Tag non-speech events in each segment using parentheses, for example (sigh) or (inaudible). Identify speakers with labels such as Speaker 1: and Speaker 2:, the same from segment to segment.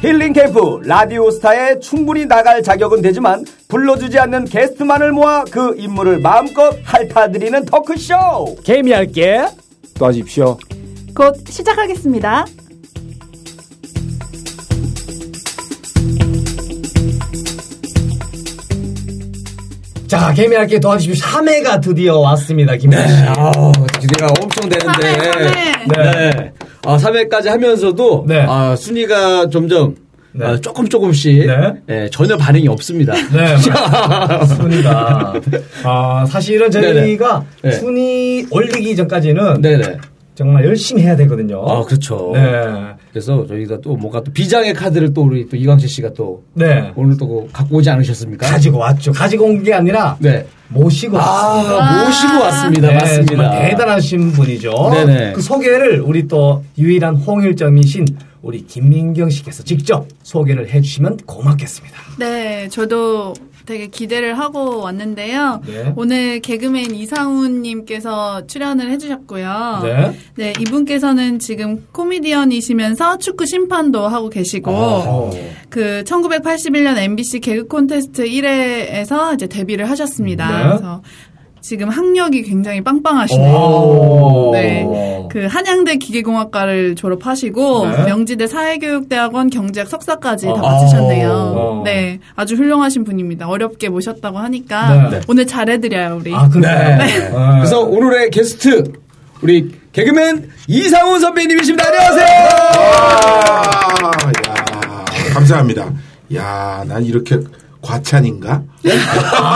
Speaker 1: 힐링 캠프 라디오 스타에 충분히 나갈 자격은 되지만 불러주지 않는 게스트만을 모아 그 인물을 마음껏 핥아드리는 터크쇼.
Speaker 2: 개미할게.
Speaker 3: 놔십시오.
Speaker 4: 곧 시작하겠습니다.
Speaker 2: 자, 개미할게 도와주십시오. 3회가 드디어 왔습니다,
Speaker 1: 네.
Speaker 2: 김민희 씨.
Speaker 5: 아우, 기대가 엄청 되는데.
Speaker 4: 삼회, 삼회.
Speaker 5: 네. 아, 3회까지 하면서도
Speaker 2: 네.
Speaker 5: 아, 순위가 점점
Speaker 2: 네.
Speaker 5: 아, 조금 조금씩
Speaker 2: 네.
Speaker 5: 예, 전혀 반응이 없습니다. (laughs)
Speaker 2: 네,
Speaker 1: (laughs)
Speaker 2: 맞습니다. 아, 사실은 저희가
Speaker 5: 네네. 네.
Speaker 2: 순위 올리기 전까지는
Speaker 5: 네네.
Speaker 2: 정말 열심히 해야 되거든요.
Speaker 5: 아, 그렇죠.
Speaker 2: 네.
Speaker 5: 그래서 저희가 또 뭔가 또 비장의 카드를 또 우리 또 이광재 씨가 또
Speaker 2: 네.
Speaker 5: 오늘 또그 갖고 오지 않으셨습니까?
Speaker 2: 가지고 왔죠. 가지고 온 게 아니라
Speaker 5: 네.
Speaker 2: 모시고 왔습니다.
Speaker 5: 아, 모시고 왔습니다.
Speaker 2: 네,
Speaker 5: 맞습니다.
Speaker 2: 정말 대단하신 분이죠.
Speaker 5: 네네.
Speaker 2: 그 소개를 우리 또 유일한 홍일점이신 우리 김민경 씨께서 직접 소개를 해주시면 고맙겠습니다.
Speaker 4: 네, 저도 되게 기대를 하고 왔는데요.
Speaker 2: 네.
Speaker 4: 오늘 개그맨 이상훈님께서 출연을 해주셨고요.
Speaker 2: 네.
Speaker 4: 네, 이분께서는 지금 코미디언이시면서 축구 심판도 하고 계시고, 그 1981년 MBC 개그 콘테스트 1회에서 이제 데뷔를 하셨습니다.
Speaker 2: 네.
Speaker 4: 그래서 지금 학력이 굉장히 빵빵하시네요.
Speaker 2: 오.
Speaker 4: 네. 그 한양대 기계공학과를 졸업하시고
Speaker 2: 네.
Speaker 4: 명지대 사회교육대학원 경제학 석사까지 다
Speaker 2: 어.
Speaker 4: 마치셨네요.
Speaker 2: 어.
Speaker 4: 네. 아주 훌륭하신 분입니다. 어렵게 모셨다고 하니까
Speaker 2: 네.
Speaker 4: 오늘 잘해드려요, 우리.
Speaker 2: 아, 그래요?
Speaker 5: 네. 그래서 오늘의 게스트 우리 개그맨 이상훈 선배님이십니다. 안녕하세요.
Speaker 6: 아, 야, 감사합니다. 야, 난 이렇게 과찬인가? 예.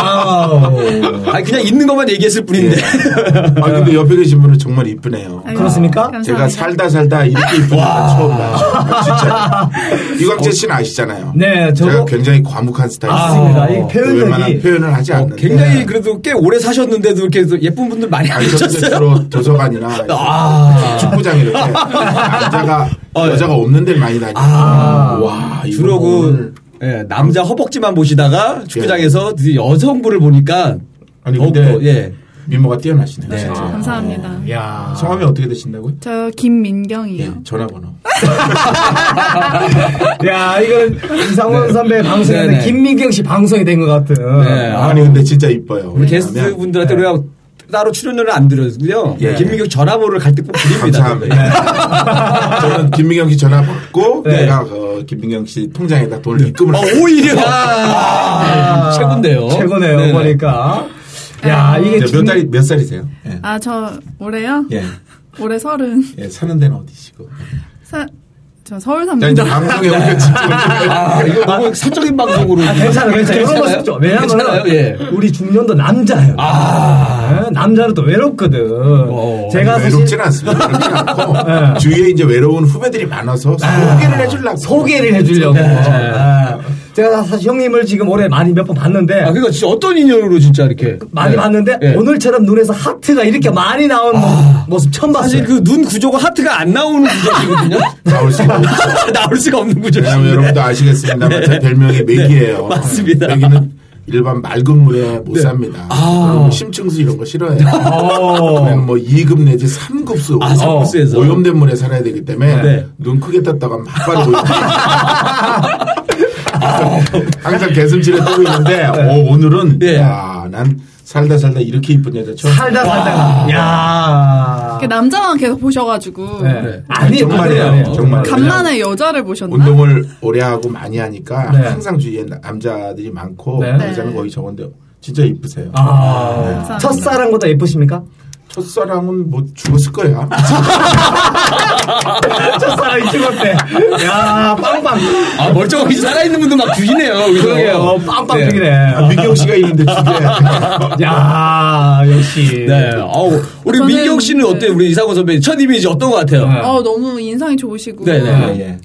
Speaker 2: 아우.
Speaker 5: 아 그냥 있는 것만 얘기했을 뿐인데.
Speaker 2: 네.
Speaker 6: 아, 근데 옆에 계신 분은 정말 이쁘네요.
Speaker 4: 아유,
Speaker 2: 그렇습니까?
Speaker 4: 감사합니다.
Speaker 6: 제가 살다 살다 이렇게 이쁜 분은 처음 봐요. 진짜. 이광재 씨는 아시잖아요.
Speaker 2: 네, 저도-
Speaker 6: 제가 굉장히 과묵한
Speaker 5: 아,
Speaker 6: 스타일이에요. 어,
Speaker 2: 맞습니다. 이
Speaker 6: 웬만한
Speaker 2: 표현력이.
Speaker 6: 표현을 하지
Speaker 5: 어,
Speaker 6: 않는데.
Speaker 5: 굉장히
Speaker 2: 네.
Speaker 5: 그래도 꽤 오래 사셨는데도 이렇게 또 예쁜 분들 많이 안
Speaker 6: 아니, 저는 이제
Speaker 5: 계셨어요. (laughs)
Speaker 6: 주로 도서관이나 이렇게 축구장 이렇게 남자가
Speaker 5: 아. 어, 예.
Speaker 6: 여자가 없는 데를 많이 다니고
Speaker 5: 아.
Speaker 6: 와 이분
Speaker 5: (laughs) 주로 그
Speaker 6: 오늘-
Speaker 5: 예, 남자 허벅지만 보시다가
Speaker 2: 예.
Speaker 5: 축구장에서 드디어 여성부를 보니까
Speaker 6: 아니
Speaker 5: 더욱더,
Speaker 6: 근데
Speaker 5: 예.
Speaker 6: 미모가 뛰어나시네요
Speaker 5: 네.
Speaker 6: 진짜.
Speaker 4: 감사합니다.
Speaker 2: 예. 야.
Speaker 6: 성함이 어떻게 되신다고요?
Speaker 4: 저
Speaker 6: 예,
Speaker 4: 김민경이요.
Speaker 6: 전화번호
Speaker 2: 야, 이건 이상원 선배 방송인데
Speaker 5: 네네.
Speaker 2: 김민경 씨 방송이 된 것 같은.
Speaker 5: 네. 아,
Speaker 6: 아니 근데 진짜 이뻐요
Speaker 5: 우리
Speaker 6: 왜냐하면-
Speaker 5: 게스트
Speaker 2: 예.
Speaker 5: 분들한테 우리가 따로 출연료를 안 드렸고요. 뭐
Speaker 6: 예.
Speaker 5: 김민경 전화번호를 갈 때 꼭 드립니다.
Speaker 6: 감사합니다. 네. 저는 김민경 씨 전화 받고
Speaker 2: 네.
Speaker 6: 내가 어, 김민경 씨 통장에다 돈을 입금을
Speaker 5: 어,
Speaker 6: 하고
Speaker 5: 오히려
Speaker 2: 아,
Speaker 5: 최고인데요.
Speaker 2: 최고네요.
Speaker 5: 네네.
Speaker 2: 보니까. 야, 이게
Speaker 6: 아. 이제
Speaker 2: 김-
Speaker 6: 몇 살이 몇 살이세요? 예.
Speaker 4: 아, 저 올해요?
Speaker 6: 예.
Speaker 4: 올해 서른.
Speaker 6: 예, 사는 데는 어디시고?
Speaker 4: 사, 저 서울
Speaker 6: 자
Speaker 4: 삽니다.
Speaker 5: 네.
Speaker 6: 이제 방송에 오면 진짜
Speaker 5: 아, 이거 너무 사적인 방송으로.
Speaker 2: 아, 괜찮아요, 괜찮아요. 이런 거 쉽죠. 왜냐면
Speaker 5: 괜찮아요, 예.
Speaker 2: 우리 중년도 남자예요. 네, 남자는 또 외롭거든.
Speaker 5: 어,
Speaker 2: 제가 사실
Speaker 6: 외롭진 않습니다. 그렇지 않고
Speaker 5: 네.
Speaker 6: 주위에 이제 외로운 후배들이 많아서 소개를 해주려고
Speaker 2: 소개를 해주려고. 네. 제가 사실 형님을 지금 올해 많이 몇 번 봤는데
Speaker 5: 아, 그러니까 진짜 어떤 인연으로 진짜 이렇게.
Speaker 2: 많이
Speaker 5: 네.
Speaker 2: 봤는데
Speaker 5: 예.
Speaker 2: 오늘처럼 눈에서 하트가 이렇게 많이 나오는 모습 처음 봤어요.
Speaker 5: 사실 그 눈 구조가 하트가 안 나오는
Speaker 2: (laughs)
Speaker 5: 구조이거든요.
Speaker 6: 나올 수가 없죠.
Speaker 5: (laughs) 나올 수가 없는
Speaker 6: 왜냐면 여러분도
Speaker 5: 구조인데.
Speaker 6: 아시겠습니다만 제 별명이 맥이에요.
Speaker 5: 네. 맞습니다. 네.
Speaker 6: 맥이는 일반 맑은 물에 못 삽니다.
Speaker 5: 아.
Speaker 6: 그리고 심층수 이런 거 싫어해요. 그냥 뭐 2급 내지 3급수
Speaker 5: 아, 삼급수에서.
Speaker 6: 오염된 물에 살아야 되기 때문에
Speaker 5: 네.
Speaker 6: 눈 크게 떴다가 막바로 오염. 항상 개슴치레 뜨고 있는데 어, 오, 오늘은
Speaker 5: 네.
Speaker 6: 야, 난 살다 살다 이렇게 이쁜 여자 처음
Speaker 2: 살다 살다. 야.
Speaker 4: 그 남자만 계속 보셔가지고
Speaker 2: 네.
Speaker 5: 네.
Speaker 2: 아니
Speaker 6: 정말이에요. 정말.
Speaker 4: 간만에 여자를 보셨나?
Speaker 6: 운동을 오래 하고 많이 하니까
Speaker 2: 네.
Speaker 6: 항상 주위에 나- 남자들이 많고 그
Speaker 2: 네.
Speaker 6: 여자는 거의 적은데 진짜 이쁘세요. 네.
Speaker 2: 아. 첫사랑보다 예쁘십니까?
Speaker 6: 첫사랑은 뭐 죽었을 거야.
Speaker 2: 첫사랑이 죽었대. 야, 빵빵.
Speaker 5: 아, 멀쩡하게 살아있는 분도 막 죽이네요. 그래서.
Speaker 2: 그러게요. 어, 빵빵
Speaker 5: 네.
Speaker 2: 죽이네.
Speaker 6: 아, (laughs) 민경 씨가 있는데
Speaker 2: (laughs)
Speaker 6: 죽여.
Speaker 2: 야, 역시.
Speaker 5: 네. 아우, 우리
Speaker 4: 저는- 네.
Speaker 5: 민경 씨는 어때요? 우리 이상원 선배님 첫 이미지 어떤 것 같아요?
Speaker 2: 네.
Speaker 4: 어 너무 인상이 좋으시고
Speaker 5: 네, 네.
Speaker 6: 예, 예.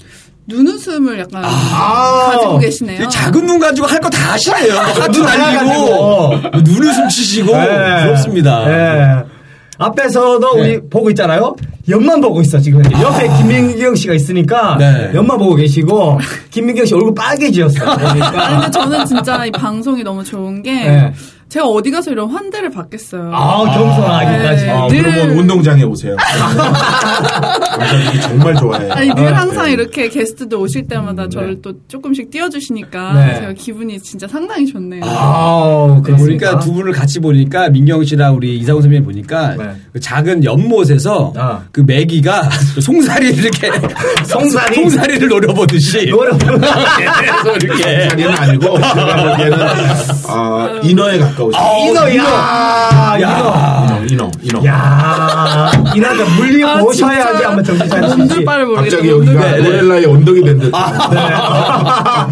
Speaker 4: 눈웃음을 약간
Speaker 2: 아.
Speaker 4: 가지고 계시네요.
Speaker 5: 이 작은 눈 가지고 할 거 다 하시네요. 하트 날리고,
Speaker 2: 날라가지고.
Speaker 5: 눈을 숨치시고,
Speaker 2: 아, 네.
Speaker 5: 부럽습니다.
Speaker 2: 네. 앞에서도
Speaker 5: 네.
Speaker 2: 우리 보고 있잖아요. 옆만 보고 있어 지금 현재. 옆에 김민경 씨가 있으니까
Speaker 5: 네.
Speaker 2: 옆만 보고 계시고 김민경 씨 얼굴 빨개지셨어.
Speaker 4: 아니,
Speaker 2: 그러니까
Speaker 4: 근데 저는 진짜 이 방송이 너무 좋은 게
Speaker 2: 네.
Speaker 4: 제가 어디 가서 이런 환대를 받겠어요.
Speaker 2: 아 겸손하기까지.
Speaker 4: 네.
Speaker 2: 아,
Speaker 3: 아,
Speaker 6: 어,
Speaker 4: 늘-
Speaker 3: 그러면 운동장에
Speaker 2: (laughs)
Speaker 3: 오세요. 남자들이 정말 좋아해요.
Speaker 4: 아니 늘 항상
Speaker 3: 네.
Speaker 4: 이렇게 게스트들 오실 때마다 저를 또 조금씩 띄워주시니까
Speaker 2: 네.
Speaker 4: 제가 기분이 진짜 상당히 좋네요.
Speaker 2: 아우 그렇습니까?
Speaker 5: 보니까 그러니까 두 분을 같이 보니까 민경 씨랑 우리 이상훈 선배님 보니까
Speaker 2: 네.
Speaker 5: 그 작은 연못에서
Speaker 2: 아.
Speaker 5: 그 메기가 (laughs) 송사리 이렇게
Speaker 2: 송사리?
Speaker 5: 송사리를 노려보듯이
Speaker 2: 여러분
Speaker 5: 그래서 (laughs)
Speaker 2: 네.
Speaker 5: 이렇게
Speaker 6: 자리는 아니고 제가 보기에는 아, 인어에 가까우시죠.
Speaker 2: 이너야 이너.
Speaker 6: 인어, 인어, 인어.
Speaker 2: 야, 이 남자 물리
Speaker 4: 아,
Speaker 2: 보셔야지
Speaker 4: 진짜.
Speaker 2: 한번 정신 차리시지.
Speaker 4: 몸둘 바를 모르겠다.
Speaker 6: 갑자기
Speaker 4: 몸둘
Speaker 6: 여기가
Speaker 4: 바를.
Speaker 6: 모렐라의 언덕이 된 듯.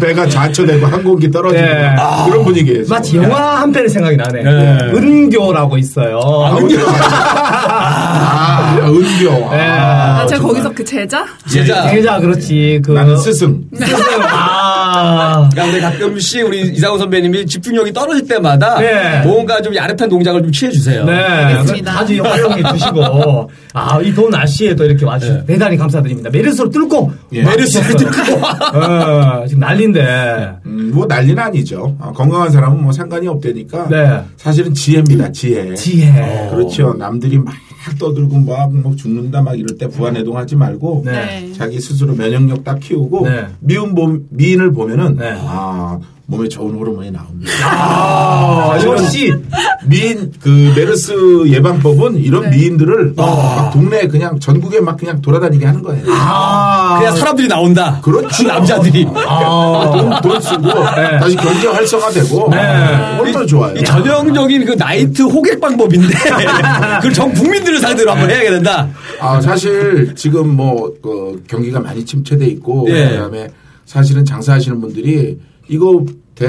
Speaker 6: (laughs) 배가 좌초되고 한 공기 떨어지고 아.
Speaker 2: 네.
Speaker 6: 그런 분위기예요. 지금.
Speaker 2: 마치 영화 한 편의 생각이 나네.
Speaker 5: 네.
Speaker 2: 은교라고 있어요.
Speaker 6: 아, 은교. 아, 은교.
Speaker 4: 아,
Speaker 6: 아,
Speaker 4: 제가
Speaker 6: 정말.
Speaker 4: 거기서 그 제자?
Speaker 5: 제자
Speaker 2: 대자 그렇지. 그
Speaker 6: 나는 스승.
Speaker 2: 스승. 아.
Speaker 5: 그러니까 우리 가끔씩 우리 이상훈 선배님이 집중력이 떨어질 때마다
Speaker 2: 네.
Speaker 5: 뭔가 좀 야릇한 동작을 좀 취해 주세요.
Speaker 2: 네,
Speaker 4: 알겠습니다.
Speaker 2: 아주 활용해 주시고, 아, 이 더운 날씨에 또 이렇게 와주셔서
Speaker 5: 네.
Speaker 2: 대단히 감사드립니다. 메르스로 뚫고,
Speaker 6: 예.
Speaker 2: 메르스로 뚫고, 어, 지금 난리인데,
Speaker 6: 음, 뭐 난리는 아니죠. 아, 건강한 사람은 뭐 상관이 없다니까.
Speaker 2: 네.
Speaker 6: 사실은 지혜입니다. 지혜.
Speaker 2: 지혜.
Speaker 6: 어, 그렇죠. 남들이 막 떠들고 막, 뭐 죽는다 막 이럴 때 부안해동하지 말고
Speaker 4: 네.
Speaker 6: 자기 스스로 면역력 딱 키우고
Speaker 2: 네.
Speaker 6: 미운 몸 미인을 보면은
Speaker 2: 네.
Speaker 6: 아 몸에 좋은 호르몬이 나옵니다.
Speaker 2: 아,
Speaker 6: 사실은
Speaker 2: 역시,
Speaker 6: 미인 그 메르스 예방법은 이런 미인들을
Speaker 5: 아.
Speaker 6: 막 동네에 그냥 전국에 막 그냥 돌아다니게 하는 거예요.
Speaker 2: 아,
Speaker 5: 그냥 사람들이 나온다.
Speaker 6: 그렇지.
Speaker 5: 아, 남자들이. 네.
Speaker 6: 돈, 돈 쓰고 다시 경제 활성화되고 얼마나 좋아요.
Speaker 5: 이 전형적인 그 나이트 호객 방법인데
Speaker 2: (laughs)
Speaker 5: 그걸 전 국민들을 상대로 한번
Speaker 2: 네.
Speaker 5: 해야 된다.
Speaker 6: 아 사실 지금 뭐 그, 경기가 많이 침체돼 있고
Speaker 5: 예.
Speaker 6: 그다음에 사실은 장사하시는 분들이 이거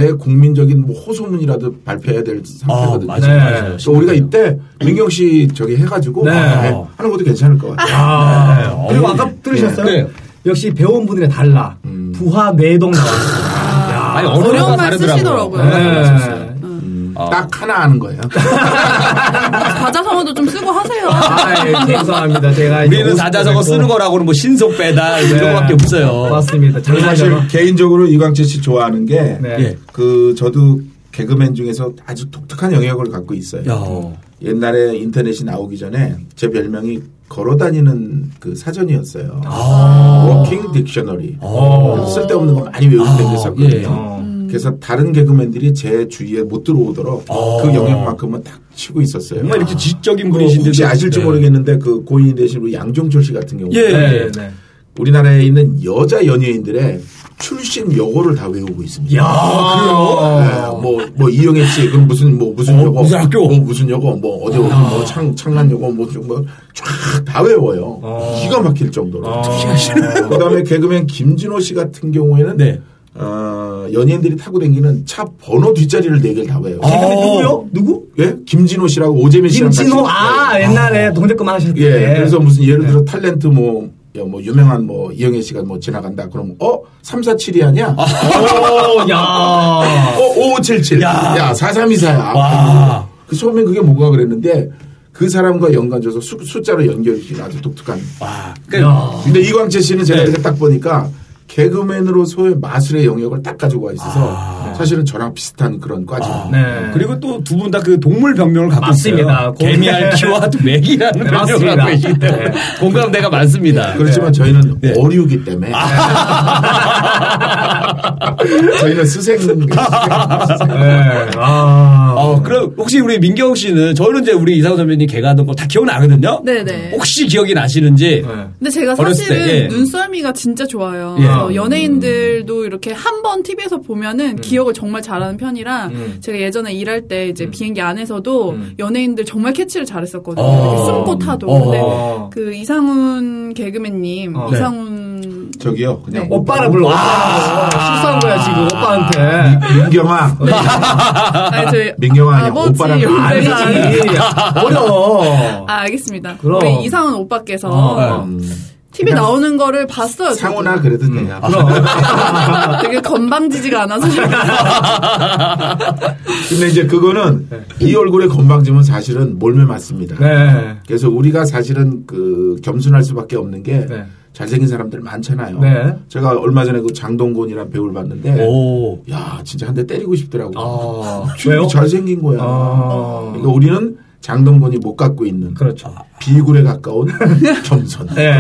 Speaker 6: 대국민적인 뭐 호소문이라도 발표해야 될 상태거든요.
Speaker 5: 맞아요,
Speaker 2: 맞아요.
Speaker 6: 그래서 우리가 이때 민경 씨 저기 해가지고
Speaker 2: 네.
Speaker 6: 네, 하는 것도 괜찮을 것 같아요.
Speaker 2: 아, 그리고
Speaker 6: 어우,
Speaker 2: 아까
Speaker 6: 예.
Speaker 2: 들으셨어요?
Speaker 5: 네.
Speaker 2: 역시 배운 분들이 달라. 부하 뇌동 나왔어요.
Speaker 5: 아니
Speaker 4: 어려운
Speaker 5: 언어가
Speaker 4: 말
Speaker 5: 다르더라고요.
Speaker 4: 쓰시더라고요.
Speaker 2: 네.
Speaker 5: 음.
Speaker 6: 딱 하나 아는 거예요.
Speaker 4: 과자성어도 좀 쓰고 하세요.
Speaker 2: 아, 예, 죄송합니다. 제가 이제
Speaker 5: 우리는
Speaker 2: 옷을
Speaker 5: 사자성어
Speaker 2: 벗고.
Speaker 5: 쓰는 거라고는 뭐 신속 배달
Speaker 2: 네.
Speaker 5: 이런 거밖에 없어요.
Speaker 2: 맞습니다.
Speaker 6: 저는 사실
Speaker 2: 장사실.
Speaker 6: 개인적으로 이광재 씨 좋아하는 게
Speaker 2: 네.
Speaker 5: 예.
Speaker 6: 그 저도 개그맨 중에서 아주 독특한 영역을 갖고 있어요.
Speaker 5: 야.
Speaker 6: 옛날에 인터넷이 나오기 전에 제 별명이 걸어다니는 그 사전이었어요. 워킹 딕셔너리. 그래서 쓸데없는 거 많이 외우고
Speaker 5: 아. 예.
Speaker 6: 다녔었거든요.
Speaker 2: 어.
Speaker 6: 그래서 다른 개그맨들이 제 주위에 못 들어오도록
Speaker 5: 아.
Speaker 6: 그 영역만큼은 딱 치고 있었어요.
Speaker 5: 정말 이렇게 지적인
Speaker 6: 그
Speaker 5: 분이신데 네.
Speaker 6: 혹시 아실지 모르겠는데 그 고인이 되신 우리 양종철 씨 같은 경우
Speaker 5: 예.
Speaker 6: 는
Speaker 2: 네, 네.
Speaker 6: 우리나라에 있는 여자 연예인들의 출신 여고를 다 외우고 있습니다.
Speaker 2: 야,
Speaker 6: 네, 뭐, 뭐, 이용혜 씨, 그럼 무슨, 뭐, 무슨
Speaker 5: 어,
Speaker 6: 여고.
Speaker 5: 무슨 학교?
Speaker 6: 뭐, 무슨 여고, 뭐, 어디, 어디, 뭐, 창, 창란 여고, 뭐, 좀 뭐, 쫙 다 외워요. 기가 막힐 정도로. 그 다음에 개그맨 김진호 씨 같은 경우에는,
Speaker 5: 네.
Speaker 6: 어, 연예인들이 타고 다니는 차 번호 뒷자리를 네 개를 다 외워요.
Speaker 2: 개그맨 누구요? 누구?
Speaker 6: 예? 김진호 씨라고 오재민 씨랑
Speaker 2: 아. 김진호.
Speaker 6: 같이-
Speaker 2: 아, 옛날에 동작금 하셨을 때.
Speaker 6: 예. 그래서 무슨 예를 들어 탤런트 뭐, 야, 뭐 유명한 뭐 이영애 씨가 뭐 지나간다 그럼 어 347이 아니야?
Speaker 2: 오, (laughs) 야.
Speaker 6: 어 5577. 야, 4324야. 그 처음엔 그게 뭐가 그랬는데 그 사람과 연관져서 수, 숫자로 연결이 돼요. 아주 독특한.
Speaker 5: 와. 그러니까
Speaker 6: 근데 이광재 씨는 제가
Speaker 5: 네.
Speaker 6: 이렇게 딱 보니까 개그맨으로서의 마술의 영역을 딱 가지고 와 있어서 사실은 저랑 비슷한 그런 과죠.
Speaker 2: 네.
Speaker 5: 그리고 또 두 분 다 그 동물 병명을 갖고
Speaker 2: 맞습니다.
Speaker 5: 있어요. 개미알키와
Speaker 2: (laughs)
Speaker 5: 또 맥이라는
Speaker 2: 네,
Speaker 5: 병명을
Speaker 2: 맞습니다. 네.
Speaker 5: 갖고 계시기 때문에 공감대가 많습니다.
Speaker 6: 그렇지만 저희는
Speaker 5: 네.
Speaker 6: 어류기 때문에 (laughs) 저희는 수생
Speaker 2: 네. 아.
Speaker 5: 어, 그럼 혹시 우리 민경 씨는 저희는 이제 우리 이상호 선배님 개가하던 거 다 기억나거든요.
Speaker 4: 네네.
Speaker 5: 혹시 기억이 나시는지.
Speaker 2: 네.
Speaker 4: 근데 제가
Speaker 5: 어렸을
Speaker 4: 사실은
Speaker 5: 때, 예.
Speaker 4: 눈썰미가 진짜 좋아요.
Speaker 5: 예.
Speaker 4: 그래서 연예인들도 이렇게 한 번 TV에서 보면은 기억을 정말 잘하는 편이라 제가 예전에 일할 때 이제 비행기 안에서도 연예인들 정말 캐치를 잘했었거든요.
Speaker 5: 어.
Speaker 4: 이렇게 숨고 타도.
Speaker 5: 어.
Speaker 4: 근데 그 이상훈 개그맨님,
Speaker 2: 어.
Speaker 4: 이상훈
Speaker 6: 저기요 그냥
Speaker 4: 네.
Speaker 2: 오빠라 불러. 오빠. 실수한 거야, 지금 오빠한테.
Speaker 6: 민경아
Speaker 2: 네.
Speaker 4: 아니, 저희
Speaker 6: 민경아 아니야.
Speaker 4: 아버지
Speaker 6: 오빠라는 거
Speaker 4: 연배가
Speaker 6: 아니지.
Speaker 4: 아니에요.
Speaker 2: 어려워.
Speaker 4: 아, 알겠습니다.
Speaker 2: 그럼.
Speaker 4: 우리 이상훈 오빠께서
Speaker 2: 어,
Speaker 6: 음.
Speaker 4: TV 나오는 거를 봤어요. 저도.
Speaker 6: 상호나 그래도 돼요.
Speaker 4: 되게 건방지지가 않아서
Speaker 6: 근데 이제 그거는 이 얼굴에 건방짐은 사실은 몰매 맞습니다.
Speaker 2: 네.
Speaker 6: 그래서 우리가 사실은 그 겸손할 수밖에 없는 게
Speaker 2: 네.
Speaker 6: 잘생긴 사람들 많잖아요.
Speaker 2: 네.
Speaker 6: 제가 얼마 전에 그 장동건이란 배우를 봤는데
Speaker 2: 오.
Speaker 6: 야 진짜 한 대 때리고 싶더라고요.
Speaker 2: 아.
Speaker 6: 주인이 잘생긴 거야.
Speaker 2: 아.
Speaker 6: 그러니까 우리는 장동건이 못 갖고 있는
Speaker 2: 그렇죠.
Speaker 6: 비굴에 가까운 (laughs) 겸손.
Speaker 2: 네.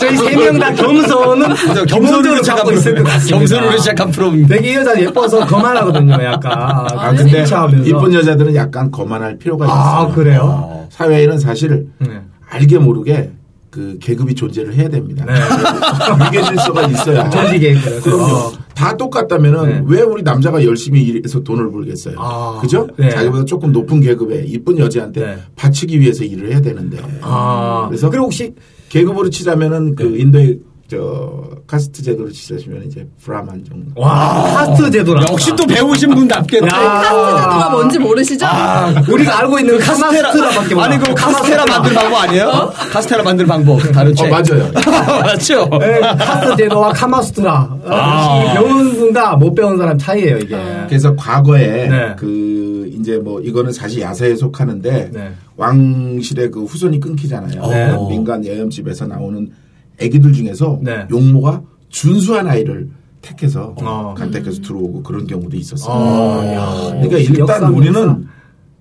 Speaker 2: 저희 세 명 다
Speaker 5: (laughs)
Speaker 2: 겸손은
Speaker 5: 겸손으로
Speaker 2: 기본적으로
Speaker 5: 시작한
Speaker 2: 갖고 있을 것
Speaker 5: 프로.
Speaker 2: 같습니다. 아. 네.
Speaker 5: 겸손으로 시작한 프로입니다.
Speaker 2: 되게 이 여자 예뻐서 거만하거든요, 약간.
Speaker 4: 아,
Speaker 2: 같은
Speaker 4: 근데
Speaker 2: 하면서
Speaker 6: 이쁜 여자들은 약간 거만할 필요가
Speaker 2: 아,
Speaker 6: 있어요.
Speaker 2: 그래요?
Speaker 6: 사회에는 사실
Speaker 2: 네.
Speaker 6: 알게 모르게 그 계급이 존재를 해야 됩니다. (laughs)
Speaker 2: 네.
Speaker 6: 위계 질서가 있어야.
Speaker 2: 존재 계급.
Speaker 6: 그럼요. 다 똑같다면은
Speaker 2: 네.
Speaker 6: 왜 우리 남자가 열심히 일해서 돈을 벌겠어요?
Speaker 2: 아.
Speaker 6: 그죠?
Speaker 2: 네.
Speaker 6: 자기보다 조금 높은 계급에 이쁜 여자한테
Speaker 2: 네.
Speaker 6: 바치기 위해서 일을 해야 되는데.
Speaker 2: 아.
Speaker 6: 그래서
Speaker 2: 그리고 혹시 네.
Speaker 6: 계급으로 치자면은 그 인도의 저 카스트 제도로 치자면 이제 브라만 정도.
Speaker 2: 와, 카스트 제도라.
Speaker 5: 역시 또 배우신 분답게.
Speaker 2: 야.
Speaker 4: 카스테라가 뭔지 모르시죠?
Speaker 2: 우리가 알고 있는 카스테라밖에 몰라. 어?
Speaker 5: 아니 그럼 뭐 카스테라 만들 방법 아니에요? 카스테라 만들 방법 다른
Speaker 6: 어
Speaker 5: 책.
Speaker 6: 맞아요.
Speaker 5: (laughs) 맞죠.
Speaker 2: 네, 카스트 제도와 카마스트라. 아. 배운 분과 못 배운 사람 차이예요, 이게.
Speaker 5: 아.
Speaker 6: 그래서 과거에
Speaker 2: 네.
Speaker 6: 그 이제 뭐 이거는 사실 야사에 속하는데
Speaker 2: 네.
Speaker 6: 왕실의 그 후손이 끊기잖아요.
Speaker 2: 네.
Speaker 6: 어, 민간 여염집에서 나오는 아기들 중에서
Speaker 2: 네.
Speaker 6: 용모가 준수한 아이를 택해서
Speaker 2: 어.
Speaker 6: 간택해서 들어오고 그런 경우도 있었어요.
Speaker 2: 어,
Speaker 6: 그러니까
Speaker 2: 역시
Speaker 6: 일단
Speaker 2: 역사는
Speaker 6: 우리는
Speaker 2: 역사.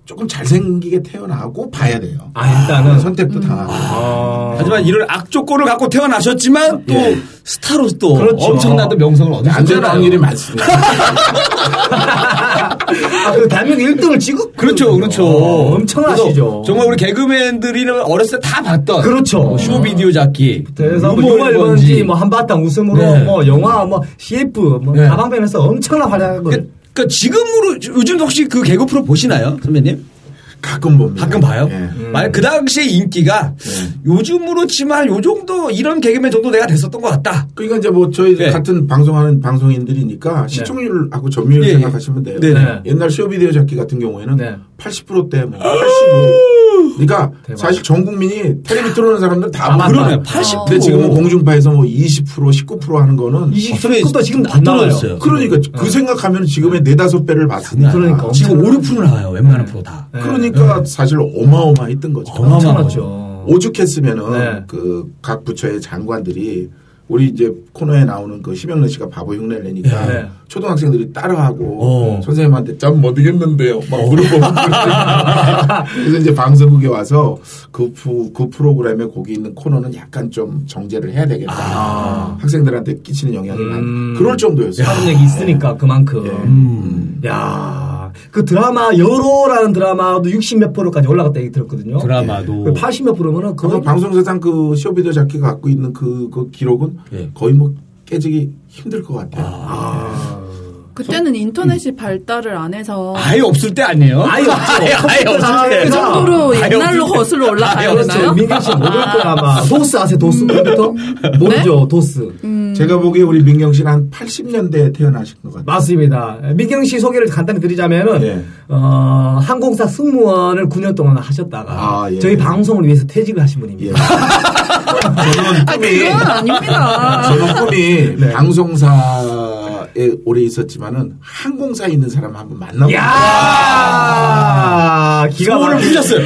Speaker 6: 조금 잘생기게 태어나고 봐야 돼요.
Speaker 2: 아, 일단은.
Speaker 6: 선택도 당하고.
Speaker 2: 어.
Speaker 5: 하지만 이런 악조건을 갖고 태어나셨지만 또
Speaker 6: 예.
Speaker 5: 스타로 또
Speaker 2: 그렇죠. 네,
Speaker 5: 엄청난 또 명성을
Speaker 6: 안 되는
Speaker 5: 얻으셨잖아요.
Speaker 6: 확률이 많습니다.
Speaker 2: 아, 그 대한민국 1등을 지금
Speaker 5: 그렇죠, 그렇죠.
Speaker 2: 어, 엄청나시죠.
Speaker 5: 그래서 정말 우리 개그맨들이는 어렸을 때 다 봤던.
Speaker 2: 그렇죠.
Speaker 5: 뭐 쇼비디오 잡기.
Speaker 2: 그래서 뭐
Speaker 5: 루머
Speaker 2: 유머 일번지
Speaker 5: 일본지.
Speaker 2: 뭐 한바탕 웃음으로
Speaker 5: 네.
Speaker 2: 뭐 영화 뭐 CF 뭐
Speaker 5: 네.
Speaker 2: 다방면에서 엄청난 활약을
Speaker 5: 그- 그러니까 지금으로 요즘도 혹시 그 개그 프로 보시나요, 선배님?
Speaker 6: 가끔 봅니다.
Speaker 5: 가끔 봐요.
Speaker 6: 예.
Speaker 5: 만약 그 당시에 인기가 요즘으로 치면 요 정도 이런 개그맨 정도 내가 됐었던 것 같다.
Speaker 6: 그러니까 이제 뭐 저희
Speaker 5: 네.
Speaker 6: 같은 방송하는 방송인들이니까 시청률하고 점유율
Speaker 5: 예, 예.
Speaker 6: 생각하시면 돼요.
Speaker 5: 네,
Speaker 2: 네.
Speaker 6: 옛날 쇼비디오 잡기 같은 경우에는
Speaker 2: 네.
Speaker 6: 80%대 뭐 85. 그러니까 사실 전 국민이 텔레비 틀어놓은 사람들 다
Speaker 2: 다
Speaker 6: 보고
Speaker 5: 그러네.
Speaker 6: 있어요.
Speaker 2: 아.
Speaker 5: 80%.
Speaker 6: 근데 지금은 공중파에서 뭐 20% 19% 하는 거는
Speaker 2: 20%도 지금
Speaker 5: 다
Speaker 2: 안 나와요.
Speaker 5: 떨어졌어요.
Speaker 6: 그러니까 그 생각하면 지금의 네다섯 배를 봤으니까.
Speaker 2: 그러니까. 엄청- 네.
Speaker 5: 지금 5, 6% 나와요. 웬만한 프로 다.
Speaker 6: 그러니까 사실 어마어마했던 거죠.
Speaker 5: 어.
Speaker 2: 엄청났죠.
Speaker 6: 오죽했으면은
Speaker 2: 네.
Speaker 6: 그 각 부처의 장관들이 우리 이제 코너에 나오는 그 심영래 씨가 바보 흉내를 내니까
Speaker 2: 네.
Speaker 6: 초등학생들이 따라하고
Speaker 5: 어.
Speaker 6: 선생님한테 짬 못 이겼는데요 막 물어보고 그래서 이제 방송국에 와서 그, 프, 그 프로그램에 거기 있는 코너는 약간 좀 정제를 해야 되겠다 학생들한테 끼치는 영향이
Speaker 2: 음.
Speaker 6: 많 그럴 정도였어요 네. 예.
Speaker 2: 하는 얘기 있으니까 그만큼. 음. 야, 그 드라마 여로라는 드라마도 60 몇 프로까지 올라갔다 얘기 들었거든요.
Speaker 5: 드라마도.
Speaker 2: 80 몇 프로면은
Speaker 6: 그
Speaker 2: 거의
Speaker 6: 방송사상 그 쇼비디오 잡기가 갖고 있는 그, 그 기록은
Speaker 5: 예.
Speaker 6: 거의 뭐 깨지기 힘들 것 같아요
Speaker 4: 그때는 인터넷이 발달을 안 해서
Speaker 5: 아예 없을 때 아니에요?
Speaker 2: 아예 없죠.
Speaker 5: 아예, 아예
Speaker 2: 컴퓨터가
Speaker 5: 없을 때.
Speaker 4: 그 정도로
Speaker 5: 아예
Speaker 4: 옛날로
Speaker 5: 없을 때.
Speaker 4: 거슬러 올라가야
Speaker 5: 아예
Speaker 4: 되나요?
Speaker 2: 민경 씨 모를 거야 아마. 도스 아세요? 도스 컴퓨터?
Speaker 6: 네.
Speaker 2: 모르죠, 도스.
Speaker 6: 제가 보기에 우리 민경 씨는 한 80년대에 태어나신 것 같아요.
Speaker 2: 맞습니다. 민경 씨 소개를 간단히 드리자면은
Speaker 6: 예.
Speaker 2: 어, 항공사 승무원을 9년 동안 하셨다가
Speaker 6: 아, 예.
Speaker 2: 저희 방송을 위해서 퇴직을 하신 분입니다.
Speaker 6: 예. 저는 꿈이,
Speaker 4: 아, 그건 아닙니다.
Speaker 6: (laughs) 저는 꿈이 방송사에 오래 있었지만은 항공사에 있는 사람 한번 만나고
Speaker 2: 야 기가
Speaker 5: 소원을
Speaker 2: 막히게.
Speaker 5: 풀셨어요.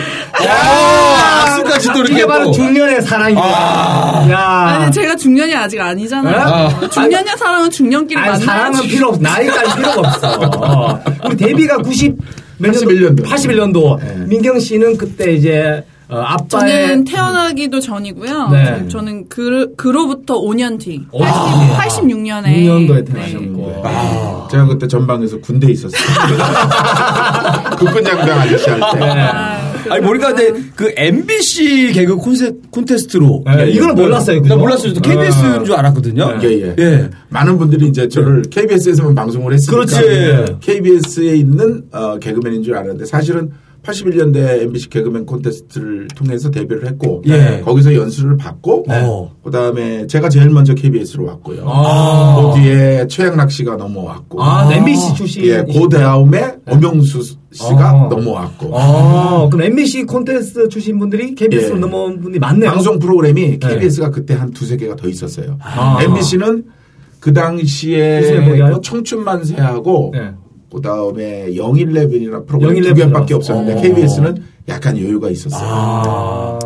Speaker 5: 아, 악수까지 또 이렇게
Speaker 2: 이게 바로
Speaker 5: 했고.
Speaker 2: 중년의 사랑입니다. 야.
Speaker 4: 아니 제가 중년이 아직 아니잖아요.
Speaker 2: 아.
Speaker 4: 중년의 사랑은 중년끼리
Speaker 2: 아니, 사랑은
Speaker 4: 만나야지.
Speaker 2: 필요 없어. 나이까지 필요가 없어. 우리 데뷔가 90
Speaker 6: 81년도.
Speaker 2: 81년도.
Speaker 6: 예.
Speaker 2: 민경 씨는 그때 이제 어, 아빠의
Speaker 4: 저는 태어나기도 전이고요.
Speaker 2: 네.
Speaker 4: 저는 그, 그로부터 5년 뒤,
Speaker 2: 와.
Speaker 4: 80, 86년에 네.
Speaker 2: 6년도에 태어나셨고.
Speaker 6: 네. 제가 그때 전방에서 군대에 있었어요. (laughs) 국군장병 아저씨 할 때.
Speaker 5: 아니 모르니까 근데 그 MBC 개그 콘세, 콘테스트로
Speaker 2: 예, 이거는 몰랐어요, 그죠?
Speaker 5: 나 몰랐어요. KBS인 줄 알았거든요.
Speaker 6: 예, 예.
Speaker 5: 예.
Speaker 6: 많은 분들이 이제 저를 KBS에서만 방송을 했으니까
Speaker 5: 그렇지.
Speaker 6: KBS에 있는 어, 개그맨인 줄 알았는데 사실은 81년대 MBC 개그맨 콘테스트를 통해서 데뷔를 했고
Speaker 2: 예.
Speaker 6: 거기서 연수를 받고
Speaker 5: 어.
Speaker 6: 그다음에 제가 제일 먼저 KBS로 왔고요.
Speaker 2: 아.
Speaker 6: 그 뒤에 최양락 씨가 넘어왔고
Speaker 2: 아, MBC 출신.
Speaker 6: 예, 그 다음에 엄영수 씨가
Speaker 2: 아.
Speaker 6: 넘어왔고
Speaker 2: 아, 그럼 MBC 콘테스트 출신 분들이 KBS로
Speaker 6: 예.
Speaker 2: 넘어온 분이 많네요.
Speaker 6: 방송 프로그램이 KBS가 그때 한 두세 개가 더 있었어요.
Speaker 2: 아.
Speaker 6: MBC는 그 당시에
Speaker 2: 무슨 해보기가요?
Speaker 6: 그 청춘 만세하고
Speaker 2: 네.
Speaker 6: 그 다음에 영일레븐이나 프로그램 두
Speaker 2: 영일레븐
Speaker 6: 개밖에
Speaker 2: 들어갔어.
Speaker 6: 없었는데
Speaker 2: 어.
Speaker 6: KBS는 약간 여유가 있었어요.
Speaker 5: 아.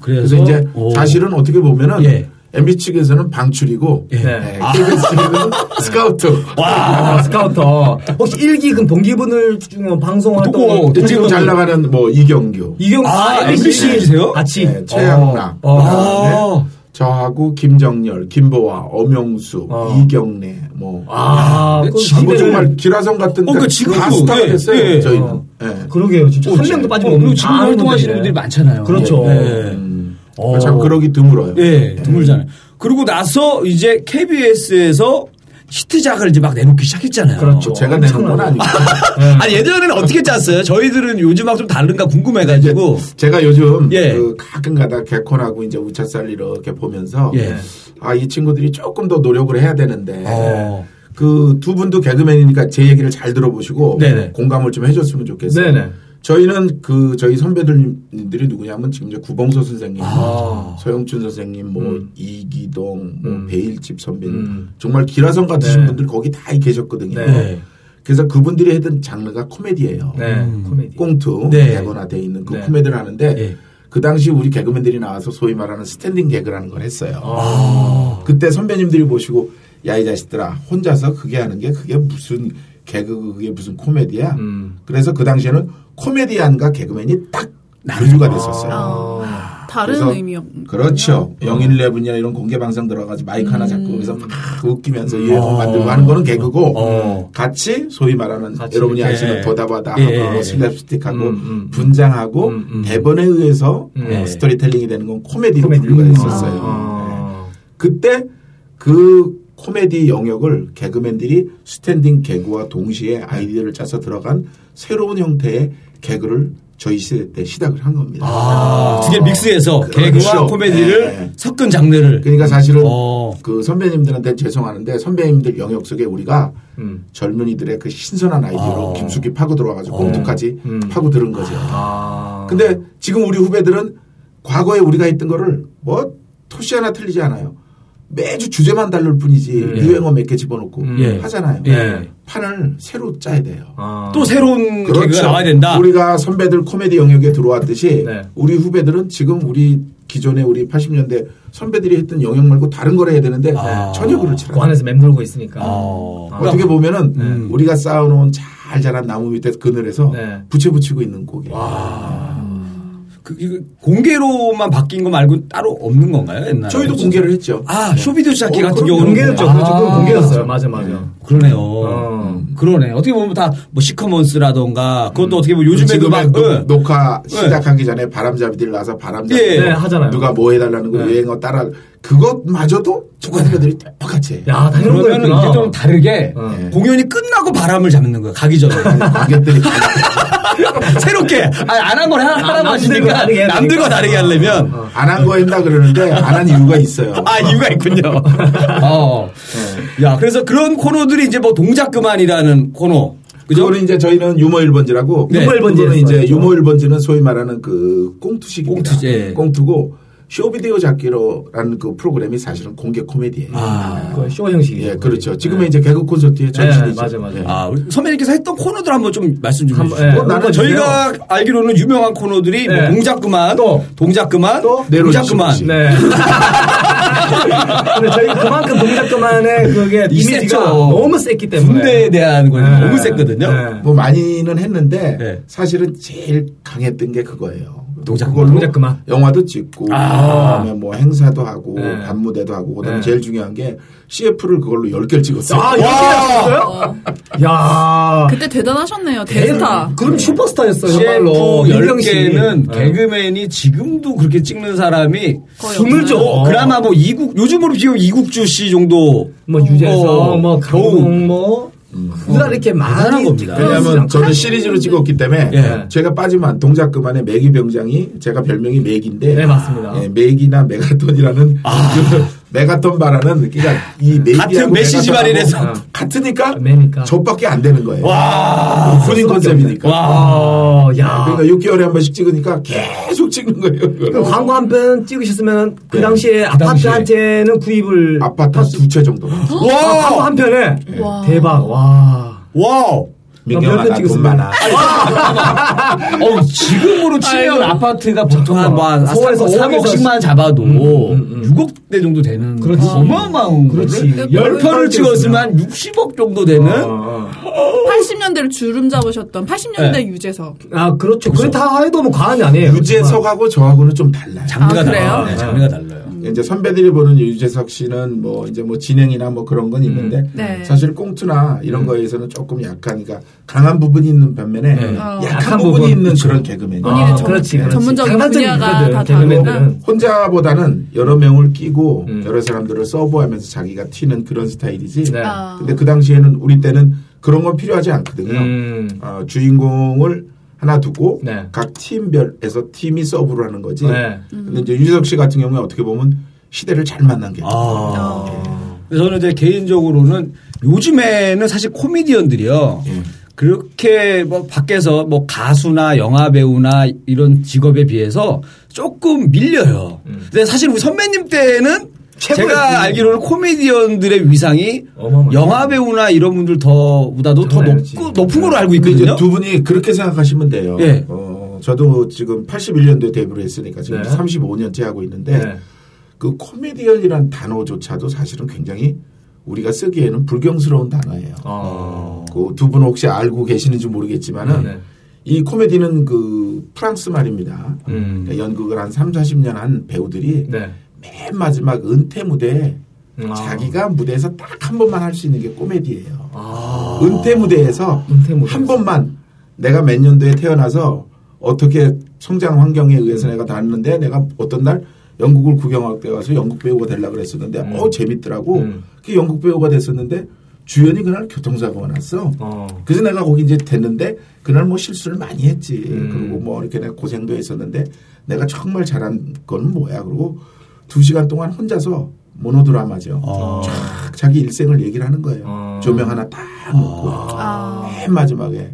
Speaker 6: 그래서, 이제
Speaker 5: 오.
Speaker 6: 사실은 어떻게 보면은
Speaker 5: 예.
Speaker 6: MBC 측에서는 방출이고
Speaker 5: 예.
Speaker 2: 네.
Speaker 6: KBS 측에서는 스카우트.
Speaker 2: 아, 스카우터. 혹시 일기 그 동기분을 중에 방송 활동
Speaker 5: 누구?
Speaker 6: 근데 지금
Speaker 5: 동기분들.
Speaker 6: 잘 나가는 뭐 이경규,
Speaker 2: 이경
Speaker 5: 아, MBC 세요?
Speaker 2: 같이
Speaker 6: 네, 최양락,
Speaker 2: 어, 어.
Speaker 5: 아.
Speaker 6: 네. 저하고 김정열, 김보아, 엄영수,
Speaker 2: 어.
Speaker 6: 이경래 뭐
Speaker 2: 아, 그
Speaker 6: 지금
Speaker 2: 기대를-
Speaker 6: 정말 기라성 같은
Speaker 5: 어, 그러니까 지금도,
Speaker 6: 다 스타가
Speaker 5: 예,
Speaker 6: 됐어요.
Speaker 5: 예.
Speaker 6: 저희는.
Speaker 2: 어.
Speaker 6: 예.
Speaker 2: 그러게요, 진짜.
Speaker 5: 어,
Speaker 2: 한
Speaker 5: 지-
Speaker 2: 명도 빠지면
Speaker 5: 어, 그리고 지금
Speaker 2: 아는
Speaker 5: 활동하시는
Speaker 2: 분들이네.
Speaker 5: 분들이 많잖아요.
Speaker 2: 그렇죠.
Speaker 5: 예.
Speaker 6: 음.
Speaker 5: 어.
Speaker 6: 참 그러기 드물어요. 네.
Speaker 5: 예, 드물잖아요. 그리고 나서 이제 KBS에서 히트작을 이제 막 내놓기 시작했잖아요.
Speaker 2: 그렇죠.
Speaker 6: 제가 내는 건
Speaker 2: 엄청나요.
Speaker 6: 아니고
Speaker 5: (laughs) 아니 예전에는 어떻게 짰어요? 저희들은 요즘하고 좀 다른가
Speaker 6: 이제
Speaker 5: 궁금해가지고.
Speaker 6: 제가 요즘
Speaker 5: 예.
Speaker 6: 그 가끔가다 개콘하고 이제 우차살 이렇게 보면서
Speaker 5: 예.
Speaker 6: 아 이 친구들이 조금 더 노력을 해야 되는데
Speaker 5: 어.
Speaker 6: 그 두 분도 개그맨이니까 제 얘기를 잘 들어보시고
Speaker 5: 네네.
Speaker 6: 공감을 좀 해줬으면 좋겠어요.
Speaker 2: 네네.
Speaker 6: 저희는 그 저희 선배들님들이 누구냐면 지금 이제 구봉서 선생님,
Speaker 5: 아.
Speaker 6: 서영춘 선생님, 뭐 이기동, 뭐
Speaker 2: 음.
Speaker 6: 배일집 선배님,
Speaker 2: 음.
Speaker 6: 정말 기라성 같으신
Speaker 2: 네.
Speaker 6: 분들 거기 다 계셨거든요.
Speaker 2: 네.
Speaker 6: 그래서 그분들이 했던 장르가 코미디예요.
Speaker 2: 네, 코미디.
Speaker 6: 꽁투
Speaker 5: 음. 네.
Speaker 6: 되거나 돼 있는 그
Speaker 2: 네.
Speaker 6: 코미디를 하는데
Speaker 5: 예.
Speaker 6: 그 당시 우리 개그맨들이 나와서 소위 말하는 스탠딩 개그라는 걸 했어요.
Speaker 2: 아.
Speaker 6: 그때 선배님들이 보시고 야 이 자식들아 혼자서 그게 하는 게 그게 무슨 개그 그게 무슨 코미디야.
Speaker 2: 음.
Speaker 6: 그래서 그 당시에는 코미디안과 개그맨이 딱
Speaker 2: 그렇죠.
Speaker 6: 분류가 됐었어요.
Speaker 4: 아, 다른
Speaker 6: 그래서
Speaker 4: 의미였.
Speaker 6: 그렇죠. 영일레븐이나 이런 공개 방송 들어가지 마이크 하나 잡고 그래서 막 웃기면서 유행어 만들고 하는 거는 개그고
Speaker 5: 어.
Speaker 6: 같이 소위 말하는
Speaker 2: 같이
Speaker 6: 여러분이
Speaker 2: 이렇게.
Speaker 6: 아시는 보다보다
Speaker 5: 예,
Speaker 6: 하고
Speaker 5: 예.
Speaker 6: 슬랩스틱하고
Speaker 2: 음, 음.
Speaker 6: 분장하고
Speaker 2: 음, 음.
Speaker 6: 대본에 의해서 어,
Speaker 2: 예.
Speaker 6: 스토리텔링이 되는 건 코미디로
Speaker 2: 코미디.
Speaker 6: 분류가 됐었어요.
Speaker 2: 아.
Speaker 6: 네. 그때 그 코미디 영역을 개그맨들이 스탠딩 개그와 동시에 아이디어를 짜서 들어간 새로운 형태의 개그를 저희 시대 때 시작을 한 겁니다.
Speaker 5: 아, 두 개 믹스해서
Speaker 6: 그렇죠.
Speaker 5: 개그와 코미디를
Speaker 6: 네.
Speaker 5: 섞은 장르를.
Speaker 6: 그러니까 사실은
Speaker 5: 어.
Speaker 6: 그 선배님들한테 죄송하는데 선배님들 영역 속에 우리가
Speaker 2: 음.
Speaker 6: 젊은이들의 그 신선한 아이디어로
Speaker 5: 아.
Speaker 6: 깊숙이 파고 들어가지고 꽁투까지
Speaker 2: 음.
Speaker 6: 파고 들은 거죠.
Speaker 2: 아.
Speaker 6: 근데 지금 우리 후배들은 과거에 우리가 했던 거를 뭐 토시 하나 틀리지 않아요. 매주 주제만 다룰 뿐이지 유행어 몇 개 집어넣고
Speaker 5: 예.
Speaker 6: 하잖아요.
Speaker 5: 예.
Speaker 6: 판을 새로 짜야 돼요.
Speaker 2: 아.
Speaker 5: 또 새로운 개그가
Speaker 6: 그렇죠.
Speaker 5: 나와야 된다.
Speaker 6: 우리가 선배들 코미디 영역에 들어왔듯이
Speaker 2: 네.
Speaker 6: 우리 후배들은 지금 우리 기존에 우리 80년대 선배들이 했던 영역 말고 다른 걸 해야 되는데
Speaker 5: 아.
Speaker 6: 전혀 그렇지
Speaker 2: 그
Speaker 6: 않아요.
Speaker 2: 안에서 맴돌고 있으니까.
Speaker 5: 어.
Speaker 2: 아.
Speaker 6: 어떻게 보면은 우리가 쌓아놓은 잘 자란 나무 밑에 그늘에서
Speaker 2: 네.
Speaker 6: 부채 붙이고 있는 곡이에요.
Speaker 5: 그, 이거 공개로만 바뀐 거 말고 따로 없는 건가요? 옛날에?
Speaker 6: 저희도 공개를 했죠.
Speaker 5: 아, 쇼비디오 시작기
Speaker 6: 어,
Speaker 5: 같은
Speaker 6: 그럼요.
Speaker 5: 경우는.
Speaker 2: 공개였죠.
Speaker 5: 아,
Speaker 2: 그렇죠. 그건 공개였어요. 맞아, 맞아.
Speaker 5: 그러네요.
Speaker 2: 어.
Speaker 5: 그러네. 어떻게 보면 다 뭐 시커먼스라던가 그것도 어떻게 보면 요즘에
Speaker 6: 지금
Speaker 5: 그막
Speaker 6: 뭐
Speaker 5: 네.
Speaker 6: 녹- 녹화 시작하기 전에 바람잡이들 나서 바람잡이
Speaker 5: 예.
Speaker 2: 네, 하잖아요.
Speaker 6: 누가 뭐 해달라는 거
Speaker 2: 네.
Speaker 6: 유행어 따라 그것마저도 조카들이 똑같이 해요.
Speaker 2: 야, 당연한 거였구나.
Speaker 5: 그러면 이제 좀 다르게
Speaker 2: 어.
Speaker 6: 예.
Speaker 5: 공연이 끝나고 바람을 잡는 거야. 가기 전에. (laughs)
Speaker 6: 관객들이
Speaker 5: 새롭게 아, 안한 거를 하나- 하라고
Speaker 2: 남들과
Speaker 5: 하시니까
Speaker 2: 다르게 해야
Speaker 5: 남들과
Speaker 2: 되니까.
Speaker 5: 다르게 하려면
Speaker 6: 안 한 거 했나 그러는데 안 한 이유가 있어요.
Speaker 5: 어. 아 이유가 있군요. 어. 야 그래서 그런 코너들이 이제 뭐 동작 그만이라는 코너. 그죠?
Speaker 6: 그거는 이제 저희는 유머 일번지라고
Speaker 5: 네. 유머
Speaker 2: 일번지
Speaker 6: 그거는 이제
Speaker 2: 했어요.
Speaker 6: 유머 일번지는 소위 말하는 그 꽁투식입니다.
Speaker 5: 꽁투지, 예.
Speaker 6: 꽁투고 쇼비디오 잡기로라는 그 프로그램이 사실은 공개 코미디예요.
Speaker 5: 아.
Speaker 2: 그거 쇼 형식이죠.
Speaker 6: 예,
Speaker 2: 거의.
Speaker 6: 그렇죠. 지금은
Speaker 2: 네.
Speaker 6: 이제 개그 콘서트의 전신이죠.
Speaker 2: 맞아, 맞아.
Speaker 6: 예.
Speaker 5: 아, 우리 선배님께서 했던 코너들 한번 좀 말씀 좀
Speaker 2: 한번,
Speaker 5: 해주시죠.
Speaker 2: 예,
Speaker 5: 뭐 나는
Speaker 2: 읊어주세요.
Speaker 5: 저희가 알기로는 유명한 코너들이 뭐
Speaker 2: 네.
Speaker 5: 동작 그만,
Speaker 2: 또.
Speaker 5: 동작 그만,
Speaker 2: 또.
Speaker 5: 동작
Speaker 6: 내로지시
Speaker 5: 그만.
Speaker 6: 없이.
Speaker 2: 네. (laughs) 근데 저희 그만큼 동작 그만의 그게
Speaker 5: 이
Speaker 2: 이미지가
Speaker 5: 세죠.
Speaker 2: 너무 셌기 때문에.
Speaker 5: 군대에 대한 건
Speaker 2: 네.
Speaker 5: 너무 셌거든요.
Speaker 2: 네.
Speaker 6: 뭐 많이는 했는데
Speaker 5: 네.
Speaker 6: 사실은 제일 강했던 게 그거예요.
Speaker 5: 동작
Speaker 6: 그걸로
Speaker 2: 동작 그만.
Speaker 6: 영화도 찍고 그다음에 뭐 행사도 하고
Speaker 2: 네.
Speaker 6: 반무대도 하고 그다음에
Speaker 2: 네.
Speaker 6: 제일 중요한 게 CF를 그걸로 10개를 찍었어요.
Speaker 2: 아, 이렇게 하셨어요? 야
Speaker 4: 그때 대단하셨네요. 대스타.
Speaker 2: 그럼 슈퍼스타였어요,
Speaker 5: CF
Speaker 2: 정말로. 임병식.
Speaker 5: 10개는
Speaker 2: 네.
Speaker 5: 개그맨이 지금도 그렇게 찍는 사람이
Speaker 4: 거의
Speaker 2: 드물죠.
Speaker 4: 없나요?
Speaker 5: 어, 그나마 뭐 이국 요즘으로 지금 이국주 씨 정도
Speaker 2: 뭐 유재석, 뭐
Speaker 5: 겨우
Speaker 2: 강동, 뭐 그거라 이렇게 많이
Speaker 5: 대단한 겁니다.
Speaker 6: 왜냐하면 저는 시리즈로 찍었기 때문에
Speaker 5: 예.
Speaker 6: 제가 빠지면 동작 그만의 매기 병장이 제가 별명이 매기인데
Speaker 2: 네, 맞습니다.
Speaker 6: 예, 매기나 메가톤이라는 그 메가톤 바라는 그러니까 이 매기하고
Speaker 5: 같은 메시지만
Speaker 6: 메가톤하고 어,
Speaker 5: 이래서.
Speaker 6: 같으니까
Speaker 2: 매니까.
Speaker 6: 저밖에 안 되는 거예요. 그
Speaker 5: 와.
Speaker 6: 본인 컨셉이니까.
Speaker 2: 와, 아, 야.
Speaker 6: 그러니까 6개월에 한 번씩 찍으니까 계속 찍는 거예요.
Speaker 2: 그
Speaker 6: 그거를.
Speaker 2: 광고 한 편 찍으셨으면 그
Speaker 6: 네.
Speaker 2: 당시에 아파트
Speaker 5: 당시에.
Speaker 2: 한 채는 구입을
Speaker 6: 아파트 한 두 채 정도.
Speaker 2: 아, 광고
Speaker 5: 와.
Speaker 2: 한 편에
Speaker 4: 와.
Speaker 2: 대박 와.
Speaker 5: 와.
Speaker 6: 민경아
Speaker 2: 몇편
Speaker 6: 나돈
Speaker 2: 찍었어요?
Speaker 6: 많아.
Speaker 5: 어, 지금으로 치면 아파트가 보통 한뭐
Speaker 2: 서울에서
Speaker 5: 4에서 3억씩만 잡아도 6억대 정도 되는
Speaker 2: 그렇지.
Speaker 5: 어마어마한
Speaker 2: 그렇지.
Speaker 5: 거를
Speaker 4: 열
Speaker 5: 10편을 찍었으면 한 60억 정도 되는
Speaker 2: 어.
Speaker 4: 80년대를 주름 잡으셨던 80년대 유재석.
Speaker 2: 아 그렇죠. 그렇다 해도 뭐 과언이 아니에요.
Speaker 6: 유재석하고 저하고는 좀 달라요.
Speaker 5: 장르가
Speaker 4: 아, 그래요?
Speaker 5: 달라요. 네, 장르가 달라요.
Speaker 6: 음. 이제 선배들이 보는 유재석 씨는 뭐 이제 뭐 진행이나 뭐 그런
Speaker 2: 음.
Speaker 6: 건 있는데
Speaker 4: 네.
Speaker 6: 사실 꽁투나 이런 거에서는 조금 약간 그러니까 강한 부분이 있는 반면에
Speaker 4: 어.
Speaker 6: 약한,
Speaker 2: 네. 약한
Speaker 6: 부분이
Speaker 2: 부분,
Speaker 6: 있는
Speaker 2: 그쵸.
Speaker 6: 그런 개그맨이
Speaker 2: 정말.
Speaker 4: 본인의
Speaker 2: 아,
Speaker 4: 전-
Speaker 2: 그렇지, 그렇지.
Speaker 4: 전문적인
Speaker 2: 장단점이
Speaker 4: 분야가
Speaker 2: 있거든,
Speaker 4: 다
Speaker 2: 개그맨들은.
Speaker 4: 다르구나.
Speaker 6: 혼자보다는 여러 명을 끼고
Speaker 2: 음.
Speaker 6: 여러 사람들을 서브하면서 자기가 튀는 그런 스타일이지.
Speaker 2: 네.
Speaker 4: 아.
Speaker 6: 근데 그 당시에는 우리 때는 그런 건 필요하지 않거든요.
Speaker 2: 음.
Speaker 6: 어, 주인공을 하나 두고
Speaker 2: 네.
Speaker 6: 각 팀별에서 팀이 서브를 하는 거지.
Speaker 2: 네.
Speaker 6: 근데 이제 유재석 씨 같은 경우에 어떻게 보면 시대를 잘 만난 게.
Speaker 5: 아.
Speaker 4: 어.
Speaker 5: 그래서 저는 이제 개인적으로는 요즘에는 사실 코미디언들이요.
Speaker 2: 음.
Speaker 5: 그렇게 뭐 밖에서 뭐 가수나 영화 배우나 이런 직업에 비해서 조금 밀려요. 근데 사실 우리 선배님 때는
Speaker 2: 음. 최고였지.
Speaker 5: 제가 알기로는 코미디언들의 위상이
Speaker 2: 어마어마했죠.
Speaker 5: 영화 배우나 이런 분들 더보다도 더
Speaker 2: 장난
Speaker 5: 높고
Speaker 2: 아니지.
Speaker 5: 높은 걸로 알고
Speaker 6: 근데
Speaker 5: 있거든요.
Speaker 6: 이제 두 분이 그렇게 생각하시면 돼요.
Speaker 5: 예.
Speaker 6: 어, 저도 지금 81년도에 데뷔를 했으니까 지금
Speaker 2: 네.
Speaker 6: 35년째 하고 있는데
Speaker 2: 네.
Speaker 6: 그 코미디언이란 단어조차도 사실은 굉장히 우리가 쓰기에는 불경스러운 단어예요.
Speaker 2: 어.
Speaker 6: 그 두 분 혹시 알고 계시는지 모르겠지만은
Speaker 2: 네, 네.
Speaker 6: 이 코미디는 그 프랑스 말입니다.
Speaker 2: 음.
Speaker 6: 그러니까 연극을 한 3, 40년 한 배우들이
Speaker 2: 네.
Speaker 6: 맨 마지막 은퇴 무대에
Speaker 2: 아.
Speaker 6: 자기가 무대에서 딱 한 번만 할 수 있는 게 코미디예요.
Speaker 2: 아.
Speaker 6: 은퇴 무대에서
Speaker 2: 은퇴 무대에서.
Speaker 6: 한 번만 내가 몇 년도에 태어나서 어떻게 성장 환경에 의해서 내가 다녔는데 내가 어떤 날 영국을 구경할 때 가서 영국 배우가 되려고 그랬었는데 어 재밌더라고.
Speaker 2: 음.
Speaker 6: 그 영국 배우가 됐었는데 주연이 그날 교통사고가 났어.
Speaker 2: 어.
Speaker 6: 그래서 내가 거기 이제 됐는데 그날 뭐 실수를 많이 했지.
Speaker 2: 음.
Speaker 6: 그리고 뭐 이렇게 내가 고생도 했었는데 내가 정말 잘한 건 뭐야. 그리고 두 시간 동안 혼자서 모노드라마죠.
Speaker 5: 어.
Speaker 6: 쫙 자기 일생을 얘기를 하는 거예요.
Speaker 2: 어.
Speaker 6: 조명 하나 딱 놓고
Speaker 4: 아.
Speaker 6: 맨 마지막에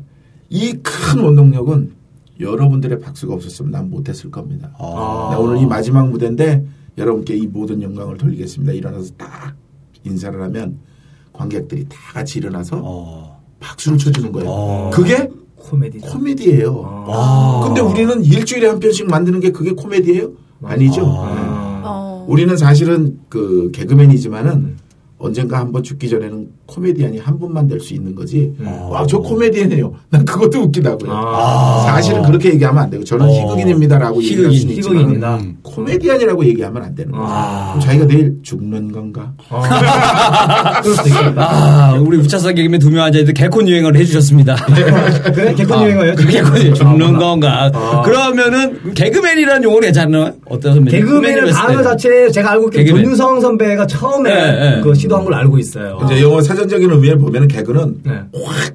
Speaker 6: 이 큰 원동력은 여러분들의 박수가 없었으면 난 못했을 겁니다.
Speaker 5: 아.
Speaker 6: 나 오늘 이 마지막 무대인데 여러분께 이 모든 영광을 돌리겠습니다. 일어나서 딱 인사를 하면 관객들이 다 같이 일어나서
Speaker 5: 어.
Speaker 6: 박수를 쳐주는 거예요.
Speaker 5: 어.
Speaker 6: 그게
Speaker 2: 코미디죠.
Speaker 6: 코미디예요.
Speaker 5: 와.
Speaker 6: 근데 우리는 일주일에 한 편씩 만드는 게 그게 코미디예요? 아니죠. 네.
Speaker 2: 아.
Speaker 4: 어.
Speaker 6: 우리는 사실은 그 개그맨이지만은 언젠가 한번 죽기 전에는 코미디언이 한 분만 될 수 있는 거지.
Speaker 5: 음.
Speaker 6: 와, 저 코미디언이에요. (laughs) 난 그것도 웃기다고요.
Speaker 2: 아.
Speaker 6: 사실은 그렇게 얘기하면 안 되고 저는
Speaker 5: 어.
Speaker 6: 희극인입니다라고 얘기할
Speaker 5: 희극인,
Speaker 6: 수는 있지만
Speaker 2: 희극인이다.
Speaker 6: 코미디언이라고 얘기하면 안 되는 거예요.
Speaker 2: 아.
Speaker 6: 그럼 자기가 내일 죽는 건가?
Speaker 2: (laughs) 그럴 수도 있겠다.
Speaker 5: 아, 우리 우차사 개그맨 두 명 앉아있는 개콘 유행을
Speaker 2: (laughs)
Speaker 5: 해주셨습니다.
Speaker 2: 아, 네, 그래? 개콘 유행어예요?
Speaker 5: 그 개콘 유행. 죽는
Speaker 2: 아,
Speaker 5: 건가.
Speaker 2: 아.
Speaker 5: 그러면은 개그맨이라는 용어 괜찮나요? 어떤 선배님?
Speaker 2: 개그맨은
Speaker 5: 선배님이었을
Speaker 2: 단어
Speaker 5: 때는.
Speaker 2: 자체 제가 알고 있기에
Speaker 5: 개그맨.
Speaker 2: 조윤성 선배가 처음에
Speaker 5: 예, 예.
Speaker 2: 그 시도한 걸 알고 있어요.
Speaker 6: 이제 영어 사전적인 의미를 보면은 개그는
Speaker 2: 네.
Speaker 6: 확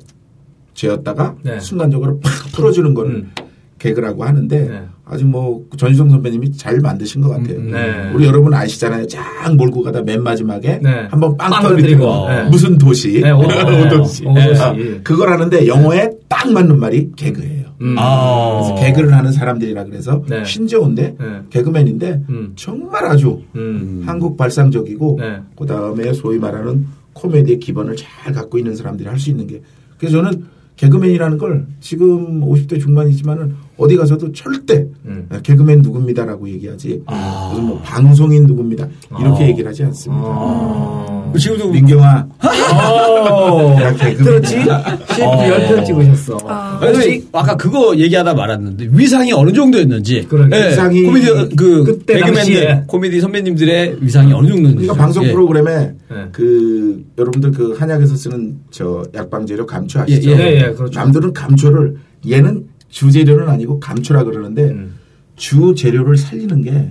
Speaker 6: 재었다가
Speaker 2: 네.
Speaker 6: 순간적으로 팍 풀어주는 거를
Speaker 2: 음.
Speaker 6: 개그라고 하는데
Speaker 2: 네.
Speaker 6: 아주 뭐 전유성 선배님이 잘 만드신 것 같아요.
Speaker 2: 음, 네.
Speaker 6: 우리 여러분 아시잖아요. 쫙 몰고 가다 맨 마지막에
Speaker 2: 네.
Speaker 6: 한번 빵
Speaker 2: 빵
Speaker 6: 터뜨리고
Speaker 2: 터뜨리고, 네.
Speaker 6: 무슨 도시 (laughs)
Speaker 2: 네, 오, 네,
Speaker 6: 오도시
Speaker 2: 오, 오도시. 네.
Speaker 6: 아, 그걸 하는데 영어에 딱 맞는 말이 개그예요.
Speaker 2: 음.
Speaker 5: 아.
Speaker 6: 그래서 개그를 하는 사람들이라 그래서
Speaker 2: 네.
Speaker 6: 신재호인데
Speaker 2: 네.
Speaker 6: 개그맨인데
Speaker 2: 음.
Speaker 6: 정말 아주
Speaker 2: 음.
Speaker 6: 한국 발상적이고
Speaker 2: 네.
Speaker 6: 그다음에 소위 말하는 코미디의 기본을 잘 갖고 있는 사람들이 할 수 있는 게 그래서 저는 개그맨이라는 걸 지금 50대 중반이지만은 어디 가서도 절대 네,
Speaker 2: 음. 아.
Speaker 6: 개그맨 누굽니다라고 얘기하지 무슨 뭐 방송인 누굽니다 이렇게 얘기를 하지 않습니다.
Speaker 2: 아.
Speaker 5: 지금도
Speaker 6: 민경아
Speaker 2: 어.
Speaker 6: 야, 개그맨.
Speaker 2: 그렇지? CF 열편 찍으셨어.
Speaker 4: 아.
Speaker 5: 아니, 아까 그거 얘기하다 말았는데 위상이 어느 정도였는지
Speaker 2: 그러게.
Speaker 5: 예,
Speaker 6: 위상이
Speaker 5: 코미디 그
Speaker 2: 그때 당시에.
Speaker 5: 개그맨들 코미디 선배님들의 위상이 어느 정도였는지
Speaker 6: 그러니까 방송
Speaker 5: 예.
Speaker 6: 프로그램에
Speaker 2: 네.
Speaker 6: 그 여러분들 그 한약에서 쓰는 저 약방재료 감초 아시죠?
Speaker 5: 예,
Speaker 2: 예, 예, 그렇죠.
Speaker 6: 남들은 감초를 얘는 주재료는 아니고 감초라 그러는데
Speaker 2: 음.
Speaker 6: 주재료를 살리는 게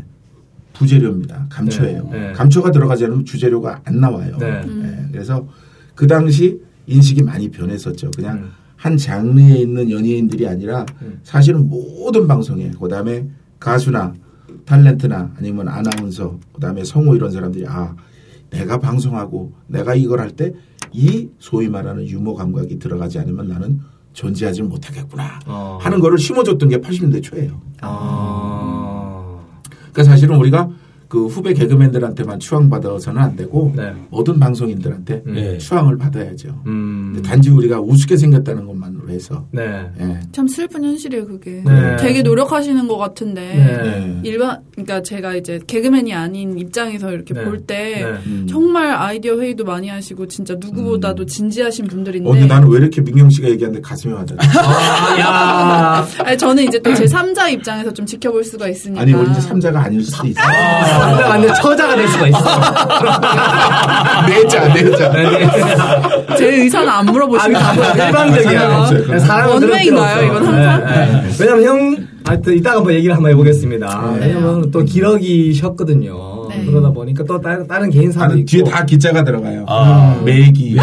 Speaker 6: 부재료입니다. 감초예요.
Speaker 2: 네, 네.
Speaker 6: 감초가 들어가지 않으면 주재료가 안 나와요.
Speaker 2: 네.
Speaker 6: 예, 그래서 그 당시 인식이 많이 변했었죠. 그냥 한 장르에 있는 연예인들이 아니라 사실은 모든 방송에 그다음에 가수나 탤런트나 아니면 아나운서 그다음에 성우 이런 사람들이 아 내가 방송하고 내가 이걸 할 때 이 소위 말하는 유머 감각이 들어가지 않으면 나는 존재하지 못하겠구나
Speaker 2: 어.
Speaker 6: 하는 거를 심어줬던 게 80년대 초예요.
Speaker 2: 아.
Speaker 6: 그러니까 사실은 우리가 그 후배 개그맨들한테만 추앙받아서는 안 되고
Speaker 2: 네.
Speaker 6: 모든 방송인들한테
Speaker 5: 네.
Speaker 6: 추앙을 받아야죠.
Speaker 2: 음.
Speaker 6: 근데 단지 우리가 우습게 생겼다는 것만으로 해서
Speaker 2: 네.
Speaker 6: 예.
Speaker 4: 참 슬픈 현실이에요, 그게.
Speaker 2: 네.
Speaker 4: 되게 노력하시는 것 같은데.
Speaker 2: 네.
Speaker 4: 일반, 그러니까 제가 이제 개그맨이 아닌 입장에서 이렇게
Speaker 2: 네.
Speaker 4: 볼 때,
Speaker 2: 네.
Speaker 6: 음.
Speaker 4: 정말 아이디어 회의도 많이 하시고, 진짜
Speaker 2: 음.
Speaker 4: 누구보다도 진지하신 분들인데.
Speaker 6: 어,
Speaker 4: (laughs)
Speaker 6: 근데 나는 왜 이렇게 민경 씨가 얘기하는데 가슴이 와닿아?
Speaker 2: 아, 야.
Speaker 4: 아니, 저는 이제 또 제 3자 입장에서 좀 지켜볼 수가 있으니까.
Speaker 6: 아니 우리 이제 삼자가 아닐 수도 있어. (laughs)
Speaker 2: 상대가 안 돼. 처자가 될 수가 있어.
Speaker 6: 네 내자
Speaker 2: 네.
Speaker 6: 내자.
Speaker 4: 제 의사는 안 물어보시면 안 돼요.
Speaker 2: 아, 일반적이야. 네,
Speaker 6: 상관없어요, 그럼.
Speaker 2: 사람은 그럴 필요
Speaker 4: 원웨이인가요,
Speaker 2: 없어.
Speaker 4: 이건 항상?
Speaker 2: 네, 네. 왜냐면 형, 하여튼 이따가 한번 얘기를 한번 해보겠습니다.
Speaker 6: 네.
Speaker 2: 왜냐면 또 기러기셨거든요.
Speaker 4: 네.
Speaker 2: 그러다 보니까 또 다른, 다른 개인사도
Speaker 6: 나는
Speaker 2: 있고.
Speaker 6: 뒤에 다 기자가 들어가요.
Speaker 2: (laughs)
Speaker 6: 아. 매기.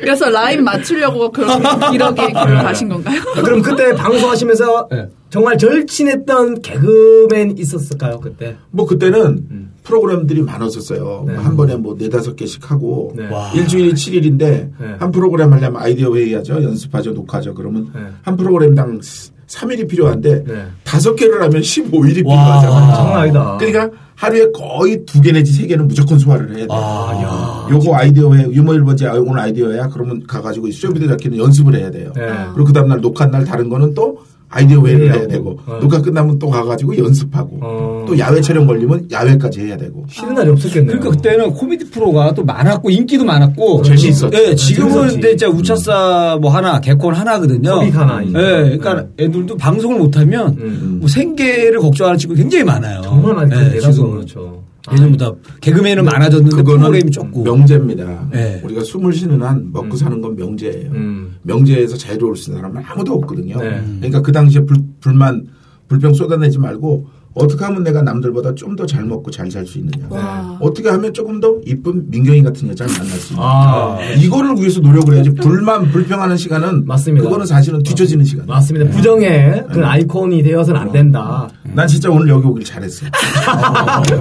Speaker 4: 그래서 라인 맞추려고
Speaker 2: (laughs)
Speaker 4: 그렇게
Speaker 2: 네.
Speaker 4: 이렇게 길을 가신 건가요?
Speaker 2: 아, 그럼 그때 방송하시면서
Speaker 5: 네.
Speaker 2: 정말 절친했던 개그맨 있었을까요, 그때?
Speaker 6: 뭐 그때는 프로그램들이 많았었어요.
Speaker 2: 음. 네.
Speaker 6: 한 번에 뭐 네다섯 개씩 하고
Speaker 2: 네.
Speaker 6: 일주일이 7일인데
Speaker 2: 네.
Speaker 6: 한 프로그램 하려면 아이디어 회의하죠. 연습하죠. 녹화하죠. 그러면
Speaker 2: 네.
Speaker 6: 한 프로그램당 3일이 필요한데
Speaker 2: 네.
Speaker 6: 다섯 개를 하면 15일이 필요하잖아요.
Speaker 2: 장난 아니다.
Speaker 6: 그러니까 하루에 거의 두 개 내지 세 개는 무조건 소화를 해야 돼.
Speaker 2: 아,
Speaker 6: 요거 아이디어 회 유머 일번지 아, 오늘 아이디어야 그러면 가가지고 쇼비드 잡기는 연습을 해야 돼요.
Speaker 2: 네.
Speaker 6: 그리고 그 다음날 녹화 날 다른 거는 또 아이디어 회의를 해야
Speaker 2: 회의하고.
Speaker 6: 되고
Speaker 2: 어.
Speaker 6: 녹화 끝나면 또 가가지고 연습하고
Speaker 2: 어.
Speaker 6: 또 야외 촬영 걸리면 야외까지 해야 되고
Speaker 2: 쉬는 날이 없었겠네요.
Speaker 5: 그러니까 그때는 코미디 프로가 또 많았고 인기도 많았고
Speaker 6: 재미 있었죠.
Speaker 5: 예, 지금은
Speaker 2: 어, 네, 재밌었지.
Speaker 5: 근데 진짜 우차사 뭐 하나, 개콘 하나거든요.
Speaker 2: 소빅 하나,
Speaker 5: 예,
Speaker 2: 이제.
Speaker 5: 그러니까
Speaker 2: 음.
Speaker 5: 애들도 방송을 못하면
Speaker 2: 음.
Speaker 5: 뭐 생계를 걱정하는 친구 굉장히 많아요.
Speaker 2: 정말 많이
Speaker 5: 예,
Speaker 2: 대단한
Speaker 5: 지금은.
Speaker 2: 그렇죠.
Speaker 5: 예전보다 개그맨은 많아졌는데 네. 프로그램이 적고
Speaker 6: 명제입니다.
Speaker 5: 네.
Speaker 6: 우리가 숨을 쉬는 한 먹고 사는 건 명제예요.
Speaker 2: 음.
Speaker 6: 명제에서 자유로울 수 있는 사람은 아무도 없거든요.
Speaker 2: 네.
Speaker 6: 그러니까 그 당시에 불, 불만 불평 쏟아내지 말고 어떻게 하면 내가 남들보다 좀 더 잘 먹고 잘 살 수 있느냐.
Speaker 2: 네.
Speaker 4: 와.
Speaker 6: 어떻게 하면 조금 더 이쁜 민경이 같은 여자를 만날 수 있냐.
Speaker 2: 아.
Speaker 5: 네.
Speaker 6: 이거를 위해서 노력을 해야지. 불만, 불평하는 시간은
Speaker 2: 맞습니다.
Speaker 6: 그거는 사실은 뒤처지는 시간.
Speaker 2: 맞습니다. 부정의 그 아이콘이 되어서는 안 된다.
Speaker 6: 난 진짜 오늘 여기 오길 잘했어.
Speaker 2: 아,
Speaker 6: 두,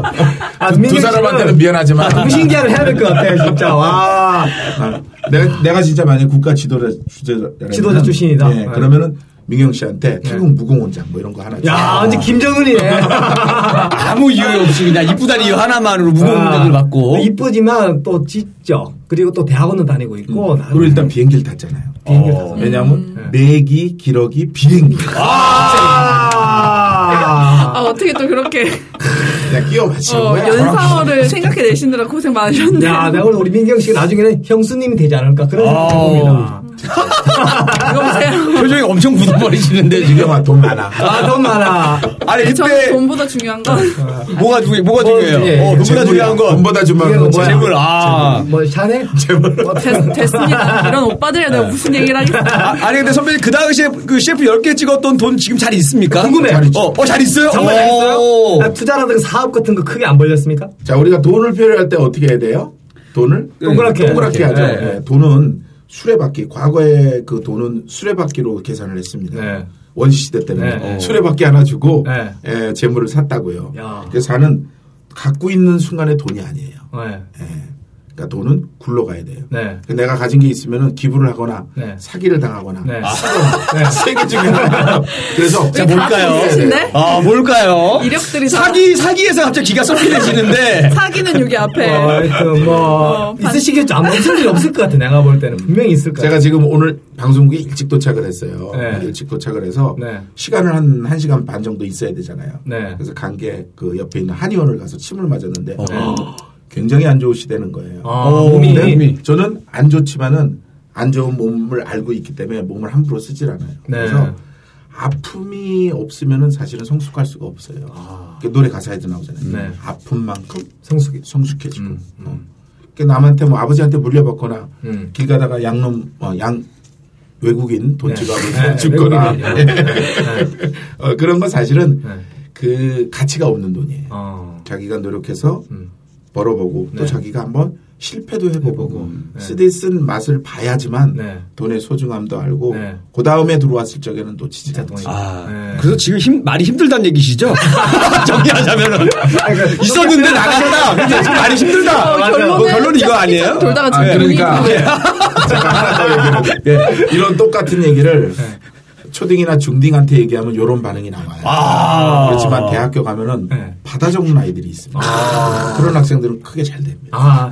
Speaker 6: 두
Speaker 2: 민경 씨는
Speaker 6: 사람한테는 미안하지만
Speaker 2: 아, 무신기한을 해야 될 것 같아요, 진짜. 와.
Speaker 6: 아, 내가 내가 진짜 만약 국가 지도자 주제라
Speaker 2: 지도자 출신이다. 네.
Speaker 6: 예, 그러면은 민경 씨한테 태국 무공원장 뭐 이런 거 하나.
Speaker 2: 야, 완전 김정은이네.
Speaker 5: 아무 이유 없이 그냥 이쁘다는 이유 하나만으로 (laughs) 무거운 문제를 받고
Speaker 2: 아, 이쁘지만 또 짖죠. 그리고 또 대학원도 다니고 있고.
Speaker 5: 음,
Speaker 6: 그리고 일단 비행기를 탔잖아요. 어,
Speaker 2: 비행기 타서. 음.
Speaker 6: 왜냐하면
Speaker 2: 예.
Speaker 6: 매기, 기러기, 비행기
Speaker 4: 아, 어떻게 또 그렇게
Speaker 6: 그냥 끼워 맞추는
Speaker 4: 어,
Speaker 6: 거야.
Speaker 4: 연상어를 생각해내시느라 고생 많으셨네요. (laughs)
Speaker 2: 야, 내가 오늘 우리 민경 씨가 나중에는 형수님이 되지 않을까 그런 생각이
Speaker 5: 아우.
Speaker 2: 듭니다.
Speaker 4: 여보세요?
Speaker 5: 표정이 엄청 굳어버리시는데 지금
Speaker 6: 민경아 돈 많아.
Speaker 2: 아, 돈 많아.
Speaker 5: 아니
Speaker 4: 저는
Speaker 5: 그때
Speaker 4: 돈보다 중요한 건
Speaker 6: 아,
Speaker 5: 뭐가 중요 뭐가
Speaker 2: 뭐, 예,
Speaker 5: 중요해요? 어, 누구나
Speaker 6: 재물이야.
Speaker 5: 중요한 건
Speaker 6: 돈보다 중요한 건
Speaker 2: 이게 뭐야?
Speaker 5: 재물 아
Speaker 2: 뭐,
Speaker 5: (laughs)
Speaker 2: 샤넬?
Speaker 6: 아.
Speaker 4: 됐, 됐습니다. 이런 오빠들에 내가 무슨
Speaker 6: 네.
Speaker 4: 얘기를 하겠어.
Speaker 5: 아, 아니 근데 선배님 그 당시에 그 셰프 10개 찍었던 돈 지금 잘 있습니까?
Speaker 2: 궁금해.
Speaker 5: 잘 있죠. 어, 어, 잘 있어요?
Speaker 2: 정말 잘
Speaker 5: 오.
Speaker 2: 있어요? 아, 투자라든가 사업 같은 거 크게 안 벌렸습니까?
Speaker 6: 자 우리가 돈을 필요할 때 어떻게 해야 돼요? 돈을
Speaker 2: 동그랗게.
Speaker 6: 동그랗게 하죠.
Speaker 5: 네, 네.
Speaker 6: 네, 돈은 수레바퀴. 과거에 그 돈은 수레바퀴로 계산을 했습니다.
Speaker 2: 네.
Speaker 6: 원시시대 때는 어.
Speaker 2: 네.
Speaker 6: 수레바퀴 하나 주고
Speaker 2: 네.
Speaker 6: 예, 재물을 샀다고요.
Speaker 2: 야.
Speaker 6: 그래서 나는 갖고 있는 순간에 돈이 아니에요.
Speaker 2: 네.
Speaker 6: 예. 그러니까 돈은 굴러가야 돼요.
Speaker 2: 네.
Speaker 6: 그 내가 가진 게 있으면 기부를 하거나
Speaker 2: 네.
Speaker 6: 사기를 당하거나
Speaker 2: 네.
Speaker 5: 아.
Speaker 6: (laughs) 세개 중에 하나. 그래서
Speaker 5: 자,
Speaker 4: 다
Speaker 5: 뭘까요?
Speaker 6: 네.
Speaker 4: 비슷하신데?
Speaker 5: 아, 뭘까요?
Speaker 4: 이력들이 다-
Speaker 5: 사기, 사기에서 갑자기 기가 쏠리해지는데
Speaker 4: 사기는 여기
Speaker 2: 어,
Speaker 4: 앞에.
Speaker 5: 네.
Speaker 2: 하여튼 뭐
Speaker 4: 어, 반-
Speaker 2: 있으시겠죠. 아무 무슨 일이 없을 것 같아. 내가 볼 때는 분명히 있을 것 같아.
Speaker 6: 제가 지금 오늘 방송국에 일찍 도착을 했어요.
Speaker 2: 네.
Speaker 6: 일찍 도착을 해서
Speaker 2: 네.
Speaker 6: 시간을 한 1시간 반 정도 있어야 되잖아요.
Speaker 2: 네.
Speaker 6: 그래서 간 게 그 옆에 있는 한의원을 가서 침을 맞았는데
Speaker 2: 네.
Speaker 6: 굉장히 안 좋으시다는 거예요.
Speaker 2: 아,
Speaker 5: 어,
Speaker 2: 몸이
Speaker 5: 네.
Speaker 6: 근데 저는 안 좋지만은 안 좋은 몸을 알고 있기 때문에 몸을 함부로 쓰질 않아요.
Speaker 2: 네.
Speaker 6: 그래서 아픔이 없으면은 사실은 성숙할 수가 없어요. 그 노래 가사에도 나오잖아요.
Speaker 2: 아. 네.
Speaker 6: 아픔만큼
Speaker 2: 성숙이.
Speaker 6: 성숙해지고. 어. 그 남한테 뭐 아버지한테 물려받거나
Speaker 2: 음.
Speaker 6: 길 가다가 양놈 어, 양 외국인 돈
Speaker 2: 네.
Speaker 6: 집어가고
Speaker 2: 네,
Speaker 6: 죽거나
Speaker 2: 외국인이요.
Speaker 6: 어, 그런 건 사실은
Speaker 2: 네.
Speaker 6: 그 가치가 없는 돈이에요.
Speaker 2: 어.
Speaker 6: 자기가 노력해서
Speaker 2: 음.
Speaker 6: 벌어보고 또
Speaker 2: 네.
Speaker 6: 자기가 한번 실패도 해보고 음. 쓰디 쓴 맛을 봐야지만
Speaker 2: 네.
Speaker 6: 돈의 소중함도 알고
Speaker 2: 네.
Speaker 6: 그 다음에 들어왔을 적에는 놓치지
Speaker 2: 진짜
Speaker 6: 않지.
Speaker 2: 동의.
Speaker 5: 아,
Speaker 2: 네.
Speaker 5: 그래서 지금 힘, 말이 힘들다는 얘기시죠? (laughs) 정리하자면은. 있었는데 나갔다. 근데 지금 말이 힘들다.
Speaker 2: 그러니까 어,
Speaker 5: 뭐
Speaker 2: 결론은
Speaker 5: 결론 이거 아니에요?
Speaker 4: 돌다가
Speaker 6: 그 아,
Speaker 4: 지금
Speaker 6: 그러니까 제가 하나 (laughs) 더 얘기를 네, 이런 똑같은 얘기를 초딩이나 중딩한테 얘기하면 이런 반응이 나와요.
Speaker 5: 아.
Speaker 6: 그렇지만 대학교 가면은
Speaker 2: 네.
Speaker 6: 받아 적는 아이들이 있습니다. 그런 학생들은 크게 잘 됩니다.
Speaker 2: 아,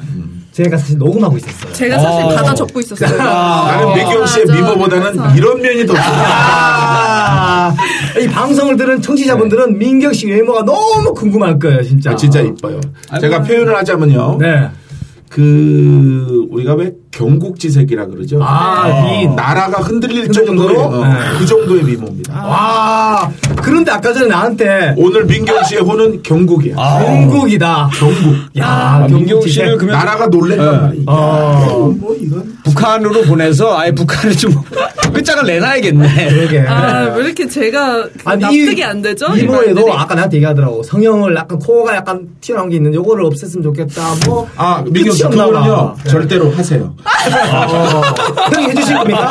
Speaker 2: 제가 사실 녹음하고 있었어요.
Speaker 4: 제가 사실 받아 적고 있었어요.
Speaker 6: 나는 백경 씨의
Speaker 4: 맞아.
Speaker 6: 미모보다는
Speaker 4: 그래서.
Speaker 6: 이런 면이 더 좋다.
Speaker 2: 아, 이 방송을 들은 청취자분들은 민경 씨 외모가 너무 궁금할 거예요, 진짜.
Speaker 6: 네. 아, 진짜 이뻐요. 어? 제가 표현을 하자면요.
Speaker 2: 네.
Speaker 6: 그 우리가 왜 경국지색이라 그러죠? 어,
Speaker 2: 아, 이 나-
Speaker 6: 나라가 흔들릴
Speaker 2: 흔들
Speaker 6: 정도로 아.
Speaker 2: 정도로?
Speaker 6: 어,
Speaker 2: 네.
Speaker 6: 그 정도의 미모입니다.
Speaker 2: 와, 아, 그런데 아까 전에 나한테
Speaker 6: 오늘 민경 씨의 호는 경국이야.
Speaker 2: 경국이다.
Speaker 6: 경국. 그-
Speaker 2: 야,
Speaker 5: 아, 민경
Speaker 2: 경국
Speaker 5: 씨는
Speaker 2: 아, 씨는
Speaker 5: 그러면
Speaker 6: 나라가 놀랬단 말이야.
Speaker 2: 어.
Speaker 6: 뭐 이건
Speaker 5: 북한으로 보내서 아예 북한을 좀 (laughs) 끝장을 내놔야겠네.
Speaker 2: 그러게.
Speaker 4: 아, 왜 이렇게 제가 그
Speaker 6: 아,
Speaker 2: 이-
Speaker 4: 납득이 안 되죠?
Speaker 2: 이모에도
Speaker 4: 일반인들이?
Speaker 2: 아까 나한테 얘기하더라고. 성형을 약간 코가 약간 튀어나온 게 있는데 요거를 없앴으면 좋겠다. 뭐.
Speaker 6: 아 민경 씨
Speaker 2: 튀어나와.
Speaker 6: 그거는요 절대로 하세요.
Speaker 2: 어. 네. 형이 해주실 겁니까?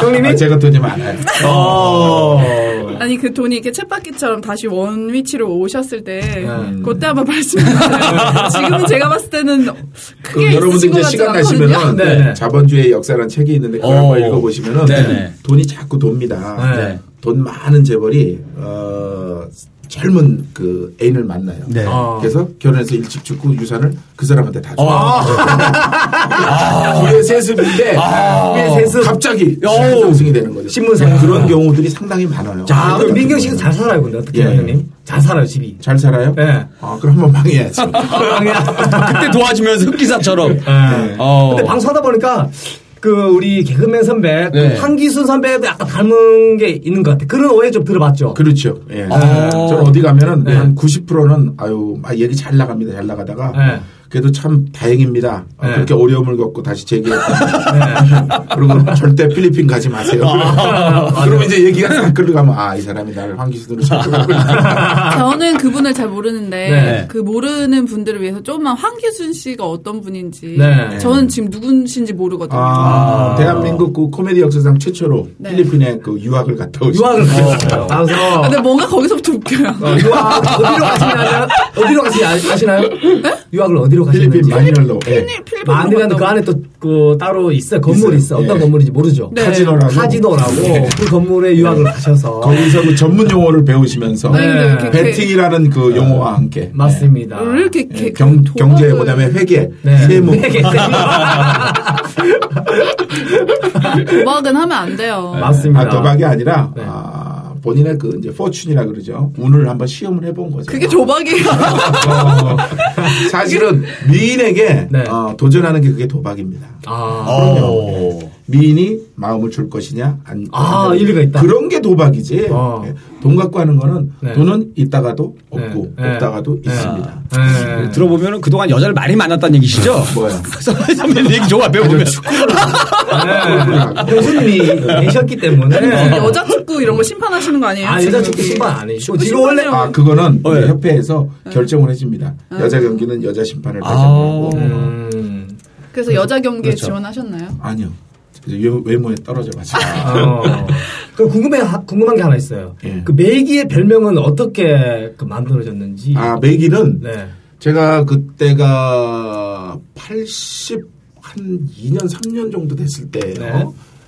Speaker 2: 형님이?
Speaker 6: 아, 제가 돈이 많아요.
Speaker 2: 어.
Speaker 4: 아니 그 돈이 이렇게 쳇바퀴처럼 다시 원 위치로 오셨을 때
Speaker 2: 네.
Speaker 4: 그때 한번 (laughs) 말씀해주세요. 지금은 제가 봤을 때는
Speaker 6: 그
Speaker 4: 크게
Speaker 6: 여러분들
Speaker 4: 있으신 것
Speaker 6: 이제
Speaker 4: 같지
Speaker 6: 시간
Speaker 4: 않거든요.
Speaker 6: 나시면은
Speaker 2: 네.
Speaker 6: 네, 자본주의 역사라는 책이 있는데 그걸
Speaker 5: 어.
Speaker 6: 한번 읽어보시면은
Speaker 5: 네네.
Speaker 6: 돈이 자꾸 돕니다.
Speaker 2: 네.
Speaker 6: 돈 많은 재벌이 어, 젊은 그 애인을 만나요. 아.
Speaker 5: 네.
Speaker 2: 어.
Speaker 6: 그래서 결혼해서 일찍 죽고 유산을 그 사람한테 다 줘요. (laughs) 그게 세습인데
Speaker 2: 그게 세습.
Speaker 6: 갑자기
Speaker 5: 어우.
Speaker 6: 신상승이 되는 거죠.
Speaker 2: 신문상.
Speaker 6: 그런 경우들이 상당히 많아요.
Speaker 2: 자, 그럼 민경 씨는 잘 살아요, 근데 어떻게 해요,
Speaker 6: 예.
Speaker 2: 형님? 잘 살아요, 집이.
Speaker 6: 잘 살아요?
Speaker 2: 예.
Speaker 6: 아, 그럼 한번 망해야지. (laughs)
Speaker 5: 그때 도와주면서 흑기사처럼.
Speaker 2: 예.
Speaker 5: 어.
Speaker 2: 근데 방송하다 보니까 그 우리 개그맨 선배 그
Speaker 5: 네.
Speaker 2: 한기순 선배도 약간 닮은 게 있는 것 같아. 그런 오해 좀 들어봤죠.
Speaker 6: 그렇죠. 예.
Speaker 5: 아.
Speaker 6: 저는 어디 가면은 한 90%는 아유, 아, 얘기 잘 나갑니다. 잘 나가다가.
Speaker 2: 네.
Speaker 6: 그래도 참 다행입니다. 아,
Speaker 2: 네.
Speaker 6: 그렇게 어려움을 겪고 다시 (laughs) 재기했다. 그리고 절대 필리핀 가지 마세요. 네. 아, (laughs) 그러면 이제 얘기가 싹 끌어가면 아, 이 사람이 나를 황기수들로 잡고 (laughs)
Speaker 4: 저는 그분을 잘 모르는데
Speaker 2: 네.
Speaker 4: 그 모르는 분들을 위해서 조금만 황기순 씨가 어떤 분인지
Speaker 2: 네.
Speaker 4: 저는 지금 누군신지 모르거든요.
Speaker 6: 아, 대한민국 그 코미디 역사상 최초로
Speaker 4: 네.
Speaker 6: 필리핀에 그 유학을 갔다 오신
Speaker 2: 유학을 가셨어요. 아,
Speaker 4: 아,
Speaker 2: 그래서
Speaker 4: 근데 뭔가 거기서부터 웃겨요.
Speaker 2: (laughs) 어, 유학 어디로 가시나요? 어디로 가시 아- 아시나요? 유학을 어디로
Speaker 6: 필리핀
Speaker 2: 가시는지.
Speaker 6: 마닐라로. 예.
Speaker 4: 필리핀
Speaker 2: 마닐라는 그 안에 또 그 따로 있어 건물이 있어.
Speaker 6: 있어요.
Speaker 2: 어떤
Speaker 6: 예.
Speaker 2: 건물인지 모르죠.
Speaker 4: 네.
Speaker 6: 카지노라고. 네.
Speaker 2: 카지노라고 그 건물에 유학을 가셔서
Speaker 6: 거기서 그 전문 용어를 배우시면서
Speaker 4: 아니, 근데
Speaker 2: 네.
Speaker 4: 이렇게
Speaker 6: 베팅이라는 그 용어와 함께
Speaker 2: 맞습니다.
Speaker 4: 왜뭐 이렇게
Speaker 6: 예,
Speaker 4: 개-
Speaker 6: 경,
Speaker 4: 도박을-
Speaker 6: 경제 그다음에 회계 세무 아,
Speaker 2: 네,
Speaker 6: (laughs)
Speaker 2: 괜찮아요.
Speaker 4: 도박은 하면 안 돼요.
Speaker 2: 맞습니다.
Speaker 6: 아, 도박이 아니라
Speaker 2: 네.
Speaker 6: 아, 본인의 그 이제 포춘이라 그러죠 운을 한번 시험을 해본 거죠.
Speaker 4: 그게 도박이에요.
Speaker 2: (laughs)
Speaker 6: 어, 사실은 미인에게
Speaker 2: 네.
Speaker 6: 어, 도전하는 게 그게 도박입니다.
Speaker 2: 아,
Speaker 5: 어.
Speaker 6: 미인이 마음을 줄 것이냐 안
Speaker 2: 아,
Speaker 6: 아니면
Speaker 2: 일리가 있다.
Speaker 6: 그런 게 도박이지
Speaker 2: 어.
Speaker 6: 예, 돈 갖고 하는 거는
Speaker 2: 네.
Speaker 6: 돈은 있다가도 없고
Speaker 2: 네.
Speaker 6: 없다가도
Speaker 2: 네.
Speaker 6: 있습니다
Speaker 2: 네.
Speaker 5: 음. 들어보면 그동안 여자를 많이 만났다는 얘기시죠?
Speaker 6: 뭐야
Speaker 5: 선배님 얘기 음. 좋아, 배우면.
Speaker 2: 네. 교수님이 계셨기
Speaker 4: (laughs)
Speaker 2: 때문에 음.
Speaker 4: 여자 축구 이런 거 심판하시는 거 아니에요?
Speaker 2: 네. 아
Speaker 4: 지금
Speaker 2: 여자 축구
Speaker 4: 여기?
Speaker 2: 신발 아니시고
Speaker 4: 축구
Speaker 2: 지금 원래
Speaker 4: 심판해요.
Speaker 6: 아 그거는
Speaker 5: 어, 예.
Speaker 6: 협회에서 결정을 해줍니다 여자 경기는 여자 심판을
Speaker 5: 아.
Speaker 6: 배정하고
Speaker 2: 음,
Speaker 4: 그래서 여자 경기에 지원하셨나요?
Speaker 6: 아니요 그래서 외모- 외모에 떨어져 가지고
Speaker 2: 어. 그 궁금해 궁금한 게 하나 있어요.
Speaker 6: 예.
Speaker 2: 그 메이기의 별명은 어떻게 그 만들어졌는지.
Speaker 6: 아 메기는
Speaker 2: 네.
Speaker 6: 제가 그때가 80 한 2년 3년 정도 됐을 때예요.
Speaker 2: 네.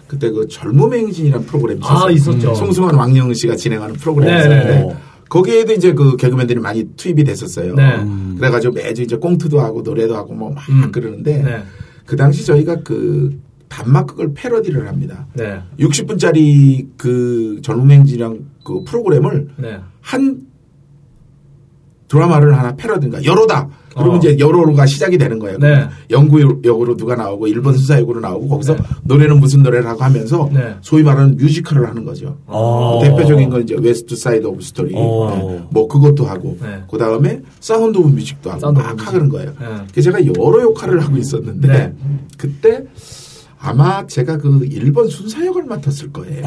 Speaker 6: 그때 그 젊음의 행진이라는 프로그램이 있었어요. 음.
Speaker 2: 아, 있었죠.
Speaker 6: 송승환 왕영 씨가 진행하는
Speaker 2: 네,
Speaker 6: 프로그램이었는데
Speaker 2: 네.
Speaker 6: 거기에도 이제 그 개그맨들이 많이 투입이 됐었어요. 음.
Speaker 2: 네.
Speaker 6: 그래가지고 매주 이제 꽁트도 하고 노래도 하고 뭐 막
Speaker 2: 음.
Speaker 6: 그러는데
Speaker 2: 네.
Speaker 6: 그 당시 저희가 그 단막극을 패러디를 합니다.
Speaker 2: 네.
Speaker 6: 60분짜리 그 젊음의 행진이랑 그 프로그램을
Speaker 2: 네.
Speaker 6: 한 드라마를 하나 패러든가 여로다. 그러면
Speaker 2: 어.
Speaker 6: 이제 여로가 시작이 되는 거예요.
Speaker 2: 네.
Speaker 6: 영구 역으로 누가 나오고 일본 수사역으로 나오고 거기서
Speaker 2: 네.
Speaker 6: 노래는 무슨 노래라고 하면서
Speaker 2: 네.
Speaker 6: 소위 말하는 뮤지컬을 하는 거죠.
Speaker 5: 어.
Speaker 6: 대표적인 건 이제 웨스트 사이드 오브 스토리
Speaker 5: 어.
Speaker 6: 네. 뭐 그것도 하고
Speaker 2: 네.
Speaker 6: 그 다음에 사운드 오브 뮤직도 하고
Speaker 2: 사운드 오브
Speaker 6: 막
Speaker 2: 뮤직.
Speaker 6: 하는 거예요.
Speaker 2: 네.
Speaker 6: 그래서 제가 여러 역할을 하고 있었는데
Speaker 2: 네.
Speaker 6: 그때 아마 제가 그 일본 순사역을 맡았을 거예요.